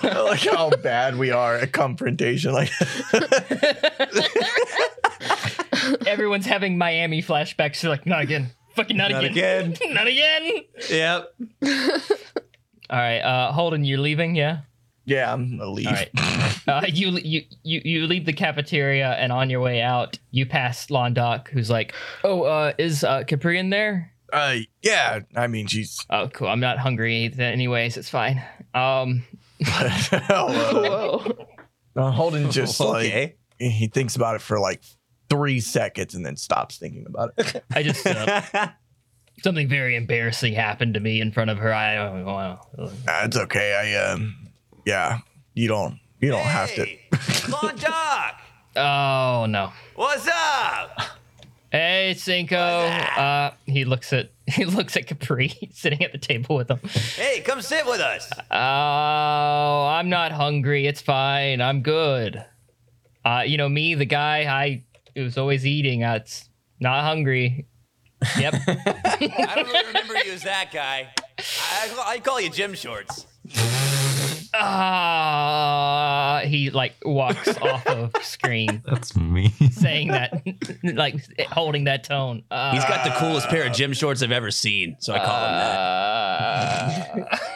[SPEAKER 3] I like how bad we are at confrontation. Like,
[SPEAKER 2] Everyone's having Miami flashbacks. They're like, not again. Fucking not,
[SPEAKER 5] Not
[SPEAKER 2] again.
[SPEAKER 5] again.
[SPEAKER 2] not again.
[SPEAKER 5] Yep.
[SPEAKER 2] All right, uh, Holden, you're leaving, yeah?
[SPEAKER 3] yeah, I'm a leaf.
[SPEAKER 2] All right. Uh, you, you you you leave the cafeteria, and on your way out, you pass Londoc, who's like, "Oh, uh, is uh, Capri in there?"
[SPEAKER 3] Uh, yeah, I mean, she's.
[SPEAKER 2] Oh, cool. I'm not hungry, th- anyways. It's fine. Um,
[SPEAKER 3] Hello.
[SPEAKER 7] Whoa.
[SPEAKER 3] Uh, Holden just like
[SPEAKER 5] okay.
[SPEAKER 3] he thinks about it for like three seconds and then stops thinking about it.
[SPEAKER 2] I just stood up. something very embarrassing happened to me in front of her. I oh, wow.
[SPEAKER 3] Nah, it's okay. I um, yeah, you don't you don't have to.
[SPEAKER 8] Long Doc,
[SPEAKER 2] oh no.
[SPEAKER 8] what's up?
[SPEAKER 2] Hey Cinco. Uh, he looks at he looks at Capri sitting at the table with him.
[SPEAKER 8] Hey, come sit with us.
[SPEAKER 2] Oh, I'm not hungry. It's fine. I'm good. Uh, you know me, the guy. I it was always eating. I, it's not hungry. Yep.
[SPEAKER 8] I don't really remember you as that guy. I, I call you Jim Shorts.
[SPEAKER 2] Ah, he like walks off of screen,
[SPEAKER 6] That's me.
[SPEAKER 2] saying that, like holding that tone. Uh,
[SPEAKER 5] He's got the coolest pair of gym shorts I've ever seen, so I call him that.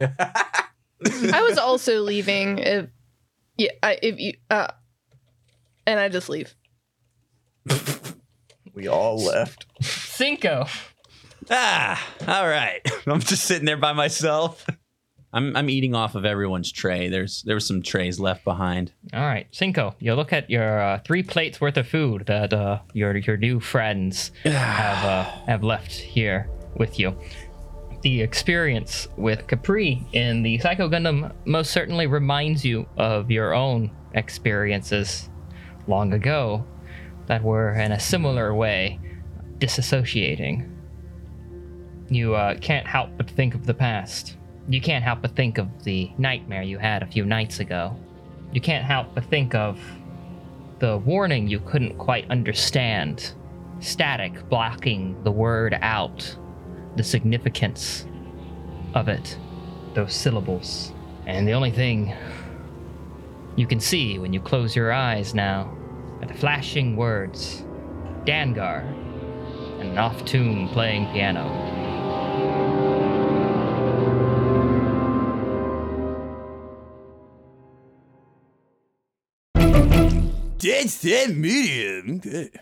[SPEAKER 2] Uh,
[SPEAKER 7] I was also leaving. If yeah, I, if you uh, and I just leave.
[SPEAKER 3] We all left.
[SPEAKER 2] Cinco.
[SPEAKER 5] Ah, all right. I'm just sitting there by myself. I'm I'm eating off of everyone's tray. There's there were some trays left behind.
[SPEAKER 2] All right, Cinco. You look at your uh, three plates worth of food that uh, your your new friends have uh, have left here with you. The experience with Capri in the Psycho Gundam most certainly reminds you of your own experiences long ago that were in a similar way disassociating. You uh, can't help but think of the past. You can't help but think of the nightmare you had a few nights ago you can't help but think of the warning you couldn't quite understand. Static blocking the word out, the significance of it, those syllables. And the only thing you can see when you close your eyes now are the flashing words Dangar and an off tune playing piano.
[SPEAKER 8] Dead Set Medium. Good.